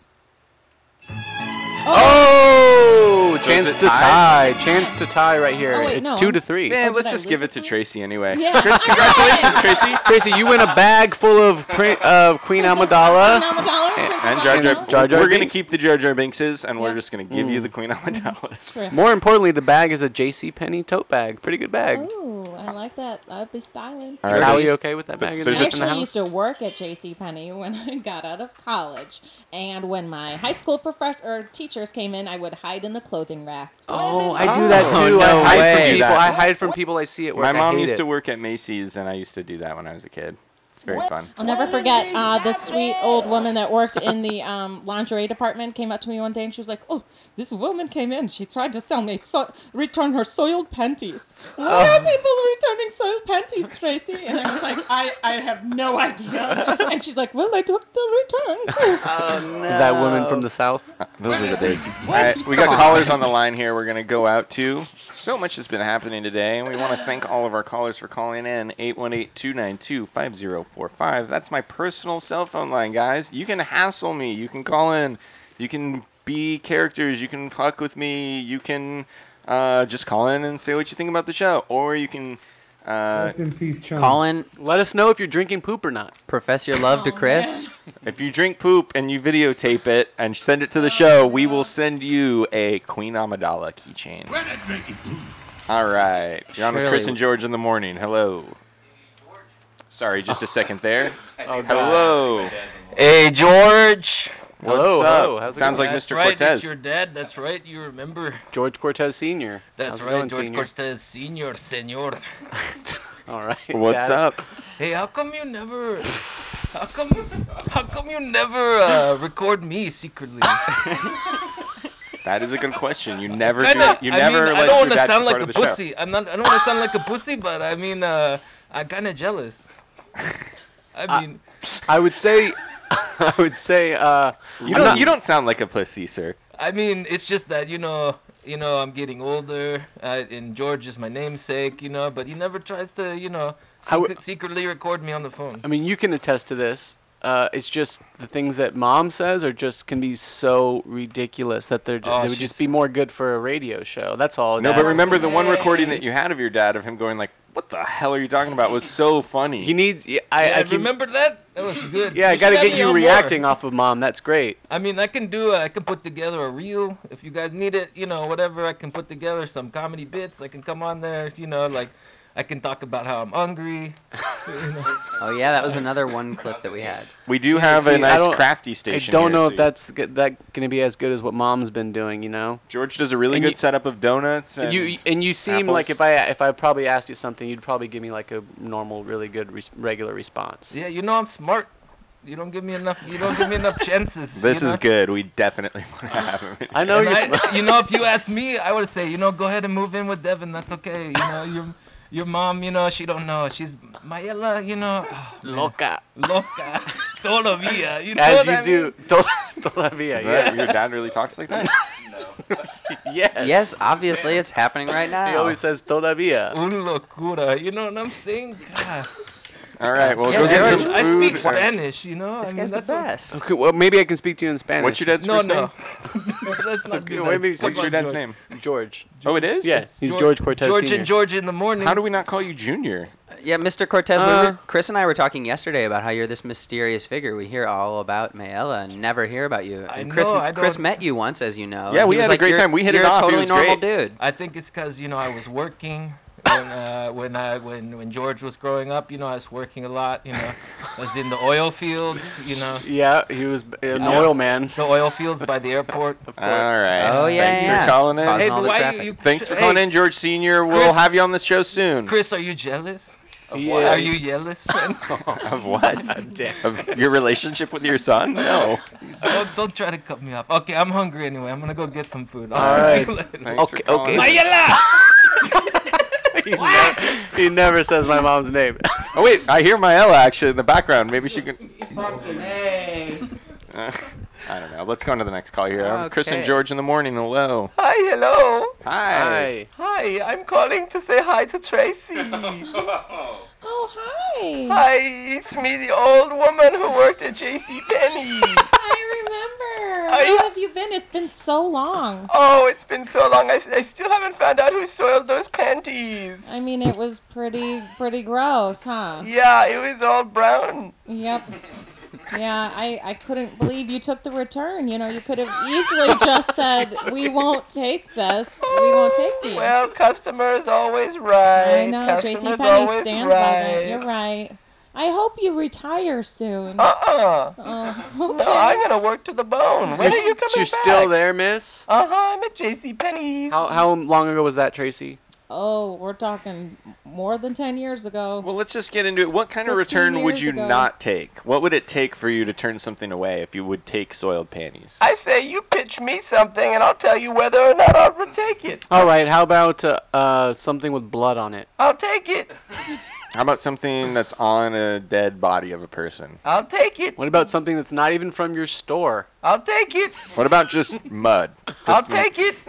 Oh,
So
chance
is it
to tie.
tied?
Chance to tie right here.
Oh, wait,
it's
no,
two
I'm
to
s-
three.
Man, let's just give it to Tracy anyway.
Yeah. *laughs*
Congratulations, Tracy.
Tracy, you win a bag full of Queen, of Queen Amidala.
Queen Amidala,
And,
Princess
and Jar
Amidala.
Jar.
Jar Jar
We're going to
Binks. Mm.
keep the Jar Jar Binkses, and we're just going to give you the Queen Amidala's.
More importantly, the bag is a J.C. Penney tote bag. Pretty good bag.
Oh. Ooh, I like that. I'd be styling.
Is Howie okay with that
Th-
bag? Is
I
it in the
actually
house?
used to work at JCPenney when *laughs* I got out of college. And when my high school professor or teachers came in, I would hide in the clothing racks.
Oh, I do that too.
no
I hide
way.
from people. I
What?
hide from people I see at work.
My
I
mom
hate
used
it.
to work at Macy's, and I used to do that when I was a kid. It's very fun.
I'll never forget uh, this sweet old woman that worked in the um, lingerie department came up to me one day and she was like, "Oh, this woman came in. She tried to sell me so- return her soiled panties. Why
Oh.
are people returning soiled panties, Tracy?" And I was like, "I, I have no *laughs* idea." And she's like, "Well, I took the
*laughs*
return."
Oh,
That woman from the south. *laughs*
Those were the days. All right, Uh, we got callers on the line here. We're going to go out to. So much has been happening today, and we want to thank all of our callers for calling in 818 292 5045. That's my personal cell phone line, guys. You can hassle me. You can call in. You can be characters. You can fuck with me. You can uh, just call in and say what you think about the show. Or you can. Uh,
Colin,
let us know if you're drinking poop or not.
Profess your love to Chris.
*laughs* If you drink poop and you videotape it and send it to the show, we will send you a Queen Amidala keychain. All right. You're on with Chris
Surely-
and George in the morning. Hello. Sorry, just a second there.
Oh, God.
hello.
Hey, George.
What's
Hello,
up?
hello, how's it
Sounds
going?
like
That's
Mr.
right, it's
Cortez.
Your dad, that's right, you remember.
George Cortez Senior.
That's
How's it
right,
going,
George
Senior?
Cortez Senior, Senor.
*laughs* All right.
What's
got it.
up?
Hey, how come you never? How come? How come you never uh, record
*laughs*
me secretly?
That is a good question. You never do.
Kinda-
You
I
never
mean,
let
I don't
your
wanna
dad be
sound
part of
like a
the show.
pussy. I'm not. I don't want to sound like a pussy, but I mean, uh, I'm kind of jealous. I mean,
I
*laughs*
would say, I would say, uh,
You
I'm
don't.
not-
You don't sound like a pussy, sir.
I mean, it's just that you know, you know, I'm getting older, uh, and George is my namesake, you know. But he never tries to, you know,
I would-
secret- secretly record me on the phone.
I mean, you can attest to this. Uh, it's just the things that mom says are just can be so ridiculous that they're ju-
Oh,
they would
she's-
just be more good for a radio show. That's all.
No,
Dad.
but remember the one recording that you had of your dad of him going like, "What the hell are you talking about?" was so funny.
he needs. Yeah, I,
Yeah,
I keep,
remember that? That was good.
Yeah, I
You
got to
should
get
have me
you
on more.
reacting off of mom. That's great.
I mean, I can do. Uh, I can put together a reel if you guys need it. You know, whatever. I can put together some comedy bits. I can come on there. You know, like I can talk about how I'm hungry. *laughs* you know.
*laughs*
Oh yeah, that was another one clip that we had.
We do have
See,
a
I
nice
don't-
crafty station.
I don't
here,
know
so
if that's g- that going to be as good as what mom's been doing. You know.
George does a really
And
good
you-
setup of donuts. And
You and you seem like if
apples.
I if I probably asked you something, you'd probably give me like a normal, really good res- regular response.
yeah, you know I'm smart. You don't give me enough. You don't give me enough chances.
This
you
is
know?
good. We definitely *laughs* want to have him.
I know
And
you're. *laughs*
I- you know, if you asked me, I would say, you know, go ahead and move in with Devin. That's okay. You know, your your mom, you know, she don't know. She's Mayela, you know, *sighs* oh,
loca.
loca, *laughs* todavía. You know
As
what I
you
mean?
do, Tol- *laughs* todavía,
Is that-
yeah.
Your dad really talks like that.
*laughs* Yes.
Yes, obviously it's happening right now.
*laughs* He always says todavía.
Un locura. You know what I'm saying? God.
All right. Well,
Yeah,
go get some food.
George,
I speak
or-
Spanish. You know,
This
I mean,
guy's the
that's all-
best.
*laughs*
*laughs*
Okay, well, maybe I can speak to you in Spanish.
What's your dad's
No,
first
no.
name?
Let's not do
Okay,
that.
wait, maybe-
What's your dad's name?
George.
Oh, it is.
Yeah, he's George Cortez
George
Sr.
and George in the morning.
How do we not call you Junior?
Yeah, Mr. Cortez, we
Uh,
were, Chris and I were talking yesterday about how you're this mysterious figure. We hear all about Mayella and never hear about you. And
I
Chris,
know, I
Chris
don't-
met you once, as you know.
Yeah,
and
we
he was
had a
like,
great
"You're-
time. We hit it
you're
off. He
a totally
was
normal
great."
dude.
I think it's because you know I was working. when uh, when I when when George was growing up. You know, I was working a lot. You know, I was in the oil fields. You know.
Yeah, he was b- an
Yeah.
oil man.
The oil fields by the airport.
All right.
Oh, yeah,
Thanks
yeah.
for calling in.
Causing Hey, all the why traffic. you-
Thanks for
hey,
calling in, George Senior. We'll
Chris-
have you on the show soon.
Chris, are you jealous?
Of what?
Are you
*laughs*
jealous?
Of
*laughs*
what? of your relationship with your son? No.
don't, don't try to cut me off. Okay, I'm hungry anyway. I'm gonna go get some food.
All
*laughs*
right.
Thanks for calling.
*laughs*
he never says my mom's name.
*laughs* Oh wait, I hear Myella actually in the background. Maybe she can. Uh, *laughs* I don't know. Let's go on to the next call here. I'm Chris and
Okay.
George in the morning. Hello.
Hi, hello.
Hi.
Hi, I'm calling to say hi to Tracy.
Oh, hi.
Hi, it's me, the old woman who worked at J.C. Penney.
I remember.
Oh,
How have you been? It's been so long.
Oh, it's been so long. I, s- I still haven't found out who soiled those panties.
I mean, it was pretty pretty gross, huh?
Yeah, it was all brown.
Yep. Yeah, I, I couldn't believe you took the return. You know, you could have easily just said, "We won't take this. We won't take these."
Well, customer is always right.
I know
Customer's
JC Penney
always
stands by that.
right.
You're right. I hope you retire soon.
Uh-uh. *laughs*
Oh,
No, I'm gonna work to the bone. When are you coming
You're
back?
still there, miss?
Um,
Uh huh. I'm at J.C. Penney's.
How, how long ago was that, Tracy?
Oh, we're talking more than 10 years ago.
Well, let's just get into it. What kind of
15
return would
years
you
ago.
not take? What would it take for you to turn something away if you would take soiled panties?
I say you pitch me something, and I'll tell you whether or not I'll take it.
All right, how about uh, uh, something with blood on it?
I'll take it.
How about something that's on a dead body of a person?
I'll take it.
What about something that's not even from your store?
I'll take it.
What about just mud?
*laughs* I'll
Just-
take it.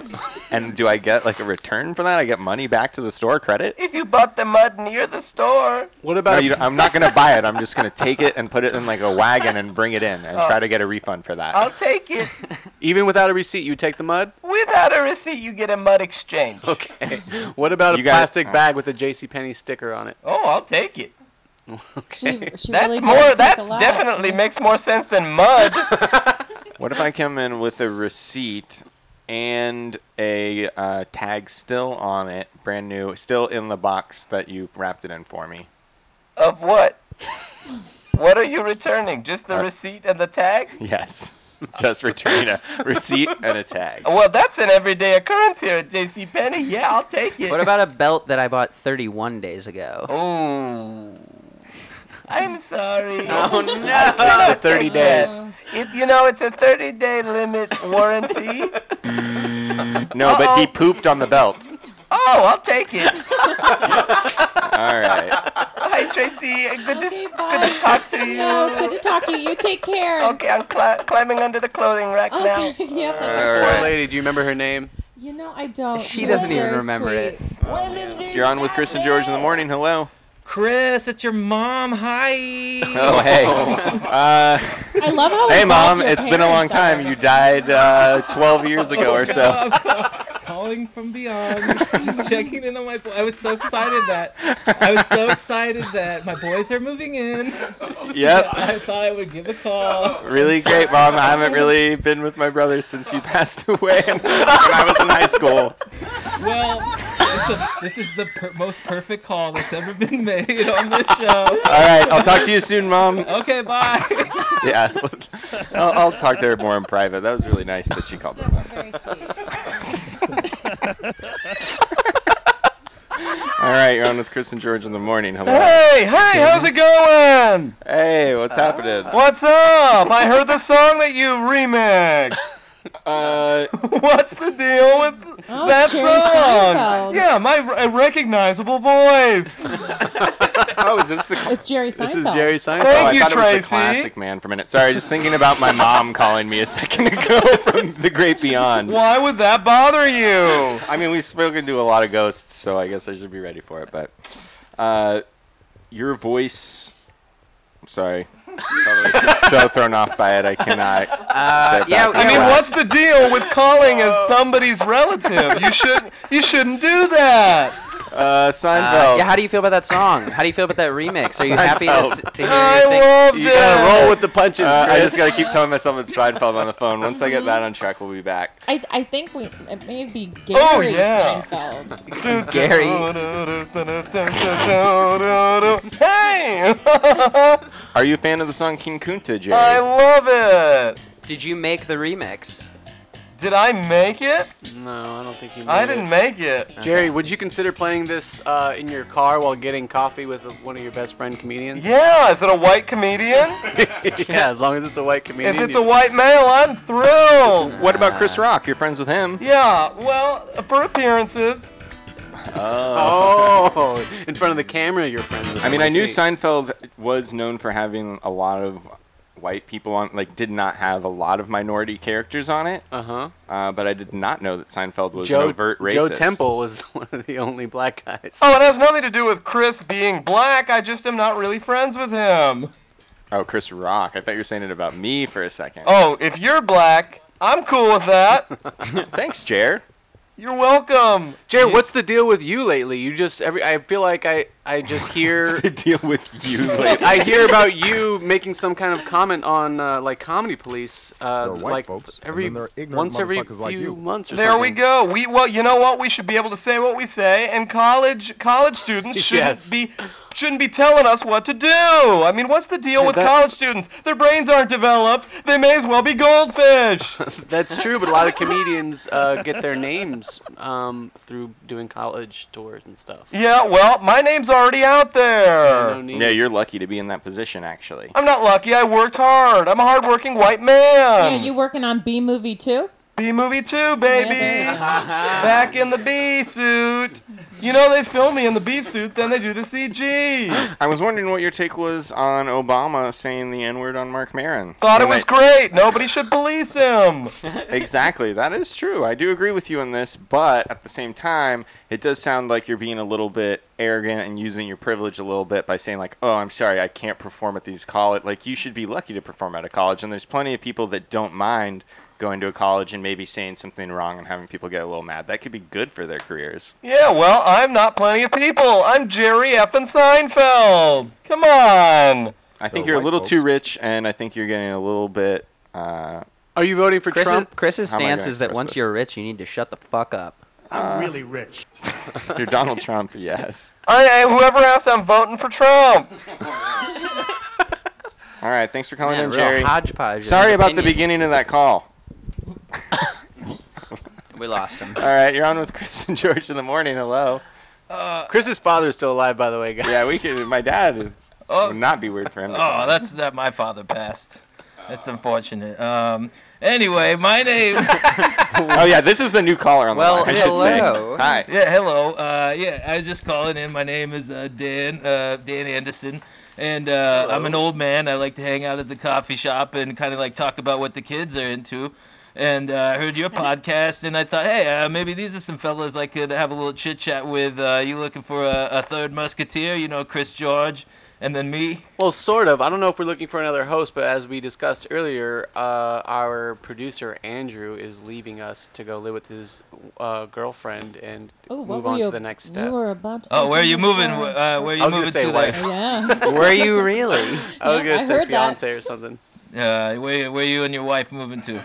And do I get like a return for that? I get money back to the store credit?
If you bought the mud near the store.
What
No, you don't- I'm not going to buy it. I'm just going to take it and put it in like a wagon and bring it in and try to get a refund for that.
Oh. I'll take
*laughs*
it.
Even without a receipt, you take the mud?
Without a receipt, you get a mud exchange.
Okay. *laughs* What about a
You Oh. got-
plastic bag with a JCPenney sticker on it?
Oh, I'll take it. Oh.
*laughs* Okay.
that's more. That definitely makes more sense than
*laughs*
mud.
What if I come in with a receipt and a uh, tag still on it, brand new, still in the box that you wrapped it in for me?
of what? What are you returning? Just the
Uh,
receipt and the tag?
Yes. *laughs* Just returning a receipt and a tag.
Well, that's an everyday occurrence here at J.C. Penney. Yeah, I'll take it.
What about a belt that I bought 31 days ago?
Oh. I'm
*laughs*
sorry.
Oh, no.
the 30 days.
It, you know, it's a 30 day limit
*laughs*
warranty.
No, but he
Uh-oh.
pooped on the belt.
Oh, I'll take it.
All right.
Hi, Tracy. Good,
Okay,
to, good to talk to you.
Yeah, it was good to talk to you. You take care.
Okay, I'm cli- climbing under the clothing rack now. *laughs*
Okay, yep, that's
This
our
poor
spot.
lady, do you remember her name?
You know, I don't.
She
was
doesn't even
very
remember it.
sweet.
Uh, You're on with Chris and George in the morning. Hello.
Chris, it's your mom. Hi.
Oh,
*laughs*
hey. *laughs* Uh,
I love how
hey,
involved
Mom.
your
It's been a long
parents are.
time. You died uh, 12 years ago or so.
Oh, Calling from beyond, just checking in on my. Bo- I was so excited that I was so excited that my boys are moving in.
Yep.
*laughs* I thought I would give a call.
Really great, Mom. I haven't really been with my brother since you *laughs* passed away when I was in high school.
Well, it's a, this is the per- most perfect call that's ever been made on this show.
All right. I'll talk to you soon, Mom.
Okay, bye.
*laughs* Yeah. I'll, I'll talk to her more in private. That was really nice that she called me.
That very sweet.
*laughs* All right. You're on with Chris and George in the morning. Hello.
Hey, hey, how's it going?
Hey, what's happening?
What's up? I heard the song that you remixed.
Uh,
What's the deal with
Oh,
that
Jerry
song?
Seinfeld.
Yeah, my r- recognizable voice.
*laughs* Oh, is this the?
It's Jerry Seinfeld.
Oh, I
Thank you,
thought it was
Tracy.
the classic man for a minute. Sorry, just thinking about my
*laughs*
mom calling me a second ago *laughs* from the great beyond.
Why would that bother you?
I mean, we've spoken to a lot of ghosts, so I guess I should be ready for it. But uh, your voice, I'm sorry, Totally so thrown off by it, I cannot. get
Uh, yeah,
back
I
on
mean,
track.
what's the
*laughs*
deal with calling as somebody's relative? You should you shouldn't do that.
Uh, Seinfeld.
yeah, how do you feel about that song? How do you feel about that remix? Are you happy to, s-
Seinfeld.
to hear? your thing?
Uh, I just
Chris.
gotta keep telling myself it's Seinfeld on the phone. Once I get that on track, we'll be
*laughs*
back.
I, I think we it may be Gary
Oh, yeah. *laughs*
Seinfeld.
Gary.
hey!
Are you a fan of the song King Kunta, Jerry?
*laughs* I love it.
Did you make the remix?
Did I make it?
No, I don't think you.
I didn't make it.
Jerry, would you consider playing this uh, in your car while getting coffee with one of your best friend comedians?
Yeah, is it a white
*laughs*
comedian?
yeah, as long as it's a white comedian.
if it's
you-
a white male, I'm thrilled.
What about Chris Rock? You're friends with him.
Yeah, well, for appearances.
Oh, in front of the camera, your friend.
I mean, I knew Seinfeld was known for having a lot of white people on, like, did not have a lot of minority characters on it.
Uh-huh.
Uh, But I did not know that Seinfeld was an
Joe,
overt racist.
Joe Temple was *laughs* one of the only black guys.
Oh, it has nothing to do with Chris being black. I just am not really friends with him.
Oh, Chris Rock. I thought you were saying it about me for a second.
Oh, if you're black, I'm cool with that.
*laughs* Thanks, Jer.
You're welcome.
Jerry, what's the deal with you lately? You just every I feel like I I just
*laughs*
hear
the deal with *laughs* you lately.
I hear about you making some kind of comment on uh, like comedy police uh
They're white
like
folks, and
every
then they're ignorant
once every few
motherfuckers like you.
months or
there we
something.
go. We well, you know what? We should be able to say what we say, and college college
*laughs*
students shouldn't
Yes.
be shouldn't be telling us what to do. I mean, what's the deal
Yeah,
with
that-
college students? Their brains aren't developed. They may as well be goldfish.
That's true, but a
*laughs*
lot of *laughs* comedians uh, get their names um, through doing college tours and stuff.
yeah, well, my name's already out there.
Yeah, you're lucky to be in that position, actually.
I'm not lucky. I worked hard. I'm a hardworking white man.
yeah, you working on B movie too?
B movie too, baby.
*laughs*
Back in the B suit. You know they film me in the B suit, then they do the CG.
I was wondering what your take was on Obama saying the N word on Mark Maron.
Thought it
And
was
I-
great. Nobody should
*laughs*
police him.
exactly. That is true. I do agree with you on this, but at the same time, it does sound like you're being a little bit arrogant and using your privilege a little bit by saying like, "Oh, I'm sorry, I can't perform at these college." Like you should be lucky to perform at a college, and there's plenty of people that don't mind going to a college and maybe saying something wrong and having people get a little mad. That could be good for their careers.
Yeah, well, I'm not plenty of people. I'm Jerry effing Seinfeld. Come on.
I think
The
you're a
white
little
folks.
too rich, and I think you're getting a little bit. Uh,
Are you voting for
Chris's,
Trump?
Chris's
How am I
stance
gonna
is that
express
once
this? Uh,
you're rich, you need to shut the fuck up.
I'm really rich.
*laughs* you're Donald Trump, yes.
I, I- whoever asked, I'm voting for Trump.
All right, thanks for calling
Man,
in,
real
Jerry.
hodgepodge of
Sorry
his
about the
opinions.
beginning of that call.
We lost him.
All right, you're on with Chris and George in the morning. Hello.
Uh, Chris's father's still alive, by the way, guys. Uh,
Yeah, we could. My dad
*laughs*
is.
Oh.
Would not be weird for him. to
Oh,
call.
that's that. My father passed. That's unfortunate. Um. Anyway, my
*laughs*
name.
oh yeah, this is the new caller on the
Well,
line. I should say.
*laughs*
hello.
Hi.
Yeah, hello. Uh, yeah, I was just calling in. My name is uh, Dan uh, Dan Anderson, and uh, I'm an old man. I like to hang out at the coffee shop and kind of like talk about what the kids are into. And uh, I
*laughs*
heard your podcast, and I thought, hey, uh, maybe these are some fellas I could have a little chit chat with. Uh, you looking for a, a third musketeer? You know, Chris George, and then me.
Well, sort of. I don't know if we're looking for another host, but as we discussed earlier, uh, our producer Andrew is leaving us to go live with his uh, girlfriend and
Ooh, what
move
were
on
you,
to the next step.
You were about to. Say
Oh, where are you
something
moving?
before I-
Uh, where are you
I was
moving
gonna say
to?
wife.
there?
*laughs*
Yeah.
Were you really? I was
Yeah,
gonna
I
say
heard that.
fiance or
*laughs*
something.
Uh, where, where you and your wife moving
*laughs*
to?
All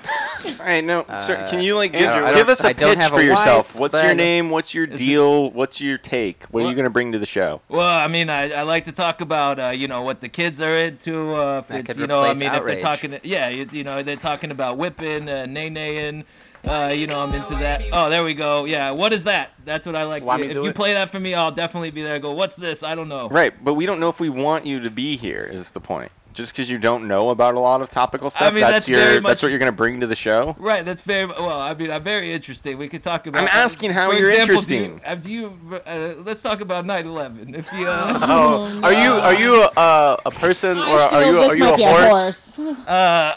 right, no, sir. *laughs* Can you like give,
Andrew, Uh, I
give
don't-
us a
I don't
pitch
have a
for yourself?
wife,
What's your
but-
name? What's
*laughs*
your deal? What's your take? What, are you
What-
going to bring to the show?
Well, I mean, I, I like to talk about uh, you know what the kids are into. Uh, if
That
it's,
could
you know, I
replace
mean,
outrage.
if they're talking, yeah, you, you know, they're talking about whipping, uh, nay-naying. Uh, you know, I'm into that. Oh, there we go. Yeah, what is that? That's what I like.
Why
to,
me
if
do
you
it?
play that for me, I'll definitely be there. I go, what's this? I don't know.
Oh.
Right, but we don't know if we want you to be here. Is the point? Just because you don't know about a lot of topical stuff,
mean,
that's,
that's
your
very
that's
much-
what you're going to bring to the show.
Right, that's very well. I mean, I'm very interesting. We could talk about.
I'm asking how
for
you're
example, do
interesting.
you- uh, Do you? Uh, let's talk about 9/11. If you. Uh,
*laughs* Oh, are you are you a, a, a person or are
feel
you
this
are you
might
a
be a *laughs*
horse?
Uh, I,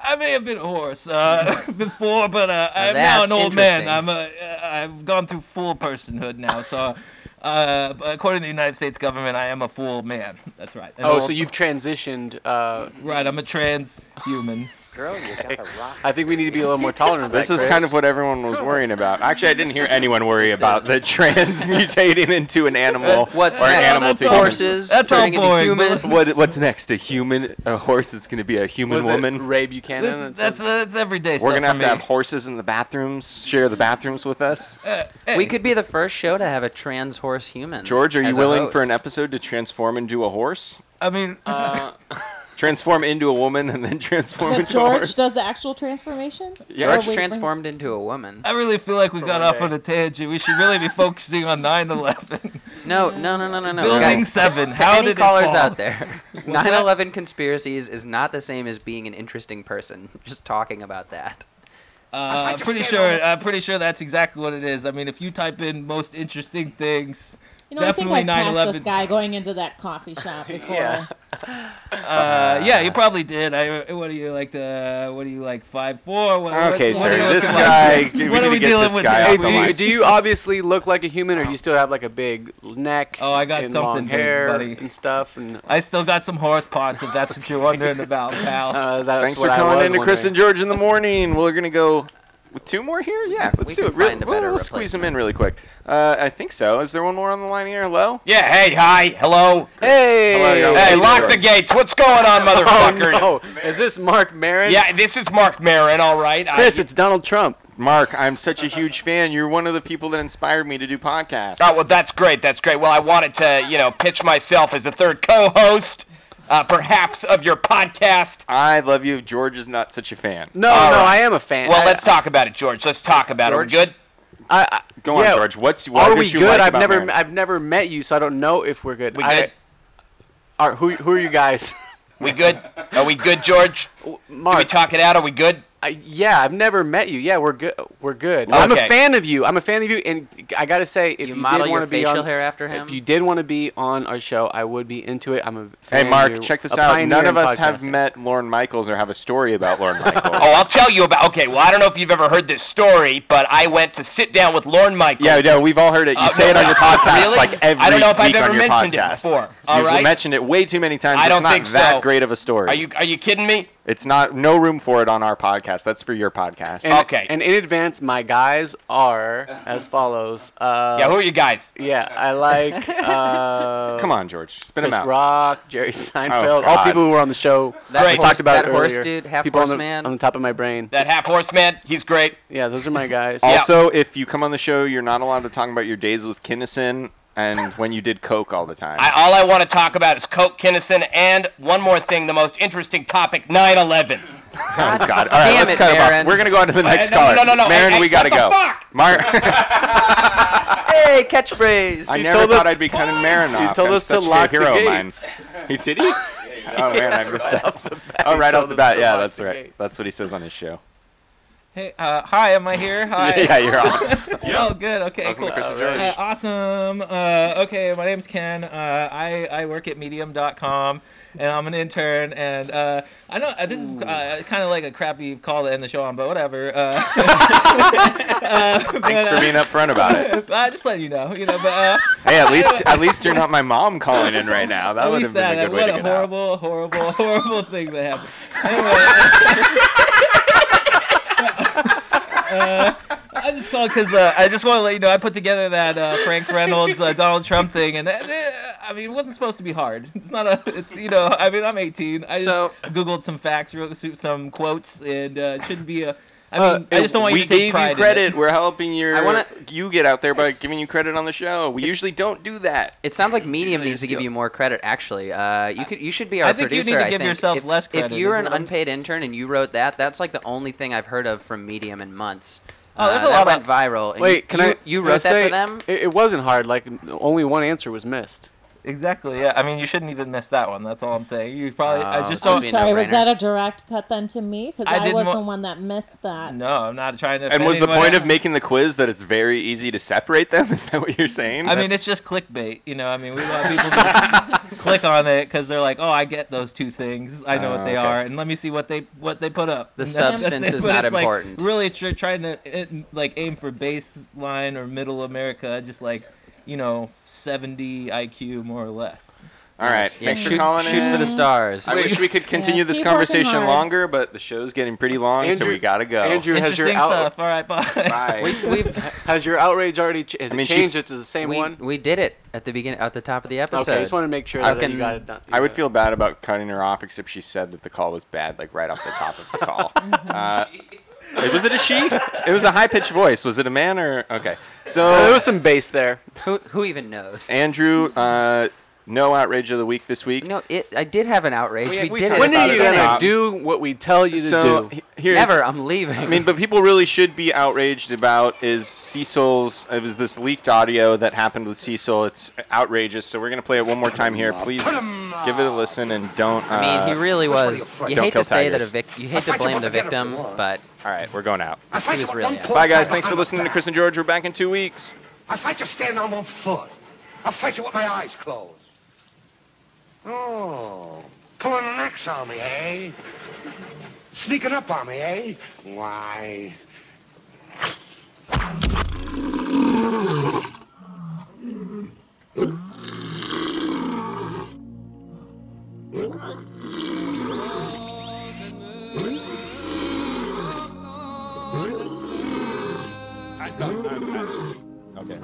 uh, I may have been a horse uh, *laughs* before, but uh, I'm now
that's
an old man.
interesting.
I'm a, uh, I've gone through full personhood now. So, uh, according to the United States government, I am a full man. That's right. An
Oh,
old-
so you've transitioned. Uh,
right. I'm a transhuman.
Girl, you got a rock.
I think we need to be a little more tolerant. of
This
that,
is
Chris.
kind of what everyone was worrying about. Actually, I didn't hear anyone worry about the trans mutating
*laughs*
into an animal
What's
or an
next?
animal to human.
Horses That's all turning into boring, humans. but-
What, what's next? A human? A horse is going to be a human
Was it
woman?
Ray Buchanan?
That's, that's, that's everyday
We're
stuff
gonna
for
have
me.
to have horses in the bathrooms. Share the bathrooms with us.
Uh,
We could be the first show to have a trans horse human.
George, are you
as a
willing for
host.
an episode to transform into a horse?
I mean,
Uh,
*laughs*
Transform into a woman and then
*laughs*
transform
That
into a horse.
George does the actual transformation?
Yeah.
George
Or we-
transformed into a woman.
I really feel like we got
one
off
day.
on a tangent. We should really be focusing on 9
*laughs*
11.
No, no, no, no, no, no.
Building
Guys,
seven,
To
how
any
did it
callers
fall? *laughs*
out there, *laughs*
What's
9/11 conspiracies is not the same as being an interesting person. *laughs* Just talking about that.
Uh, I'm pretty sure. I'm pretty sure that's exactly what it is. I mean, if you type in most interesting things,
You know,
definitely
I think I
9
passed
11.
this guy going into that coffee
*laughs*
shop before.
Yeah. Uh, yeah, you probably did. I, what are you like? The what are you like? Five four. What,
Okay,
what's-
sir,
*laughs* what are you
this
looking
guy-
Like?
we
what
need
are
to
we
get
dealing
this
with?
guy
now?
off
Hey,
the
do you,
mic.
do you obviously look like a human, or you still have like a big neck?
Oh, I got
and
something,
long
big
hair
buddy.
and stuff. And
I still got some horse parts. If that's what you're wondering about, pal.
Uh, that's
Thanks for
what I
calling
was
into Chris
wondering.
and George in the morning. We're gonna go with two more here. Yeah, let's
We
do
can
it. Real-
find a
we'll
better
we'll squeeze them in really quick. Uh, I think so. Is there one more on the line here? Hello.
Yeah, hey, hi, hello.
Hello,
Hey,
you're on
hey,
Laser
lock
Door.
the gates. What's going on, motherfuckers?
Oh, no. Is this Mark Maron?
Yeah, this is Mark Maron, all right. I-
it's Donald Trump.
Mark, I'm such a huge fan. You're one of the people that inspired me to do podcasts.
Oh, well, that's great. That's great. Well, I wanted to, uh, you know, pitch myself as a third co host, uh, perhaps, of your podcast.
I love you. George is not such a fan.
No, All no, right. I am
a fan.
Well, let's talk about it, George. Let's talk about it. Are we
George,
good?
I, I,
Go on,
yeah.
George. What's what
are
did
we
you
good?
Like
I've
about
never,
Marin?
I've never met you, so I don't know if we're good.
We
I-
good?
All right, who, who are you guys?
*laughs* We good? Are we good, George?
Mark,
we talk it out? Are we good?
I, yeah, I've never met you. Yeah, we're good. We're good. I'm a
Okay.
fan of you. I'm a fan of you, and I gotta say, if you,
model
did
your
want to be
facial
on,
hair after him?
if you did want to be on our show, I would be into it. I'm a fan
Hey,
of
Mark,
you,
check this
a
out.
pioneer
None of
in
us have
podcasting.
met Lauren Michaels or have a story about Lauren Michaels.
Oh, I'll tell you about. Okay, well, I don't know if you've ever heard this story, but I went to sit down with Lauren Michaels.
Yeah, no, we've all heard it. You
Uh,
say it on your podcast
really?
like every
I don't know if
week
I've ever
on your
mentioned
podcast.
it before. All
You've
right.
mentioned it way too many times.
I don't
it's not
think
that
so.
great of a story.
Are you are you kidding me?
It's not no room for it on our podcast. That's for your podcast.
And,
uh,
And in advance, my guys are as follows. Uh,
Yeah, who are
your guys?
Yeah, I like. *laughs* Uh,
Come on, George, spit 'em
Chris
out.
Rock, Jerry Seinfeld, all
God.
people who were on the show.
That
we
horse-
talked about
that horse
earlier.
dude, half
people
horse
on the,
man.
on the top of my brain.
That half horse man, he's great.
Yeah, those are my guys.
Also, if you come on the show, you're not allowed to talk about your days with Kinnison and when you did coke all the time.
*laughs* I, all I want to talk about is Coke Kinnison and one more thing, the most interesting topic 9 11.
oh God! All right,
Damn
let's
it,
cut him off.
Marin.
We're gonna go on to the
Hey,
next
Uh, no,
caller.
no, no, no,
Marin,
hey,
we
hey,
gotta
what the
go.
fuck? *laughs*
Mar-
hey, catchphrase!
I never thought I'd be kind of Marinov.
You told
I'm
us to
such a
lock the
hero of
gates.
mine. He
*laughs*
did he? oh man, I missed that. Oh, right
told
off the
us
bat,
to
yeah,
lock
that's
the
right.
gates.
That's what he says on his show.
Hey, uh, hi, am
*laughs*
I here? Hi.
Yeah, you're on.
*laughs* oh, good. Okay,
Welcome to
cool.
Chris and
All right.
George.
Uh, awesome. Uh, okay, my name's Ken. Uh, I, I work at Medium.com, and I'm an intern. And uh, I know uh, this is uh, kind of like a crappy call to end the show on, but whatever.
*laughs*
Uh, *laughs*
Thanks for being upfront about it.
*laughs* I just let you know, you know. But uh,
Hey, at
*laughs*
least at least you're not my mom calling in right now. That
at
would have
least
been a
that-
good way to
What
get
a
out.
horrible, horrible, *laughs* horrible thing that happened. Anyway. *laughs* Uh, I just called because uh, I just want to let you know I put together that uh,
*laughs*
Frank Reynolds uh, Donald Trump thing, and uh, uh, I mean it wasn't supposed to be hard. It's not a, it's, you know, I mean I'm 18. I
So-
just googled some facts, wrote some quotes, and uh, it shouldn't be a. I
Uh,
mean, I just don't want
we
you to take
gave
pride
you
in
credit.
it.
We're helping your
I wanna-
you get out there by giving you credit on the show. We usually don't do that.
It sounds like Medium needs to give you more credit. Actually, uh, you could you should be
I
our
think you need
producer.
to
I
give
think.
yourself
if,
less
If
credit,
you were
is
an
what I'm-
unpaid intern and you wrote that, that's like the only thing I've heard of from Medium in months.
Oh, there's
Uh,
a
that
lot
went viral. And
Wait,
you,
can
you,
I?
You
can I
wrote that
say
for them.
It, it wasn't hard. Like only one answer was missed.
Exactly. Yeah. I mean, you shouldn't even miss that one. That's all I'm saying. You probably. I
Um,
Oh,
just
so
don't.
I'm sorry, was that a direct cut then to me? Because
I
I,
didn't
was
wa-
the one that missed that.
No, I'm not trying to.
And
offend
was the
anyone.
point of making the quiz that it's very easy to separate them? *laughs* Is that what you're saying?
I mean,
That's-
it's just clickbait. You know, I mean, we want
*laughs*
people to click on it because they're like, "Oh, I get those two things. I know
Oh,
what they
okay.
are, and let me see what they what they put up."
The
And that's- that's
substance
it,
is
but
not
it's, like,
important.
really, tr- trying to it, like aim for baseline or middle America, just like you know, 70 IQ more or less.
All right.
Nice. Yeah,
Thanks for
shoot-
calling
shoot
in.
for the stars.
I
Wait.
wish we could
Yeah,
continue this
keep working
conversation
hard.
longer, but the show's getting pretty long, so
Andrew-
we gotta go.
Andrew has your out.
stuff. All right, bye.
Bye.
Ah. *laughs* has your outrage already? Ch- has
I mean,
it changed?
she's-
It to the same
we,
one.
We did it at the beginning, at the top of the
I
episode.
just wanted to make sure
How
that you got it done.
I would feel bad about cutting her off, except she said that the call was bad, like right off the top of the
*laughs*
call. uh, was it a she? It was a high pitched voice. Was it a man or okay? So
Uh, there was some bass there.
Who, who even knows?
Andrew, uh, no outrage of the week this week.
No, it. I did have an outrage. We, did it.
When
at
are
the
you gonna
beginning.
do what we tell you to
So,
do?
he- here's-
Never. I'm leaving.
I mean, but people really should be outraged about is Cecil's. It was this leaked audio that happened with Cecil. It's outrageous. So we're gonna play it one more time here. Please give it a listen and don't. Uh,
I mean, he really was. You
don't
hate
kill
to say that a
tigers.
vic. You hate to blame the victim, but
All right, we're going out.
he was really.
Bye, guys. Thanks for listening to Chris and George. We're back in two weeks.
I'll fight you standing on one foot. I'll fight you with my eyes closed. Oh, pulling an axe on me, eh? Sneaking up on me, eh? Why?
Okay.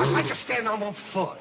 I'll fight you standing on one foot.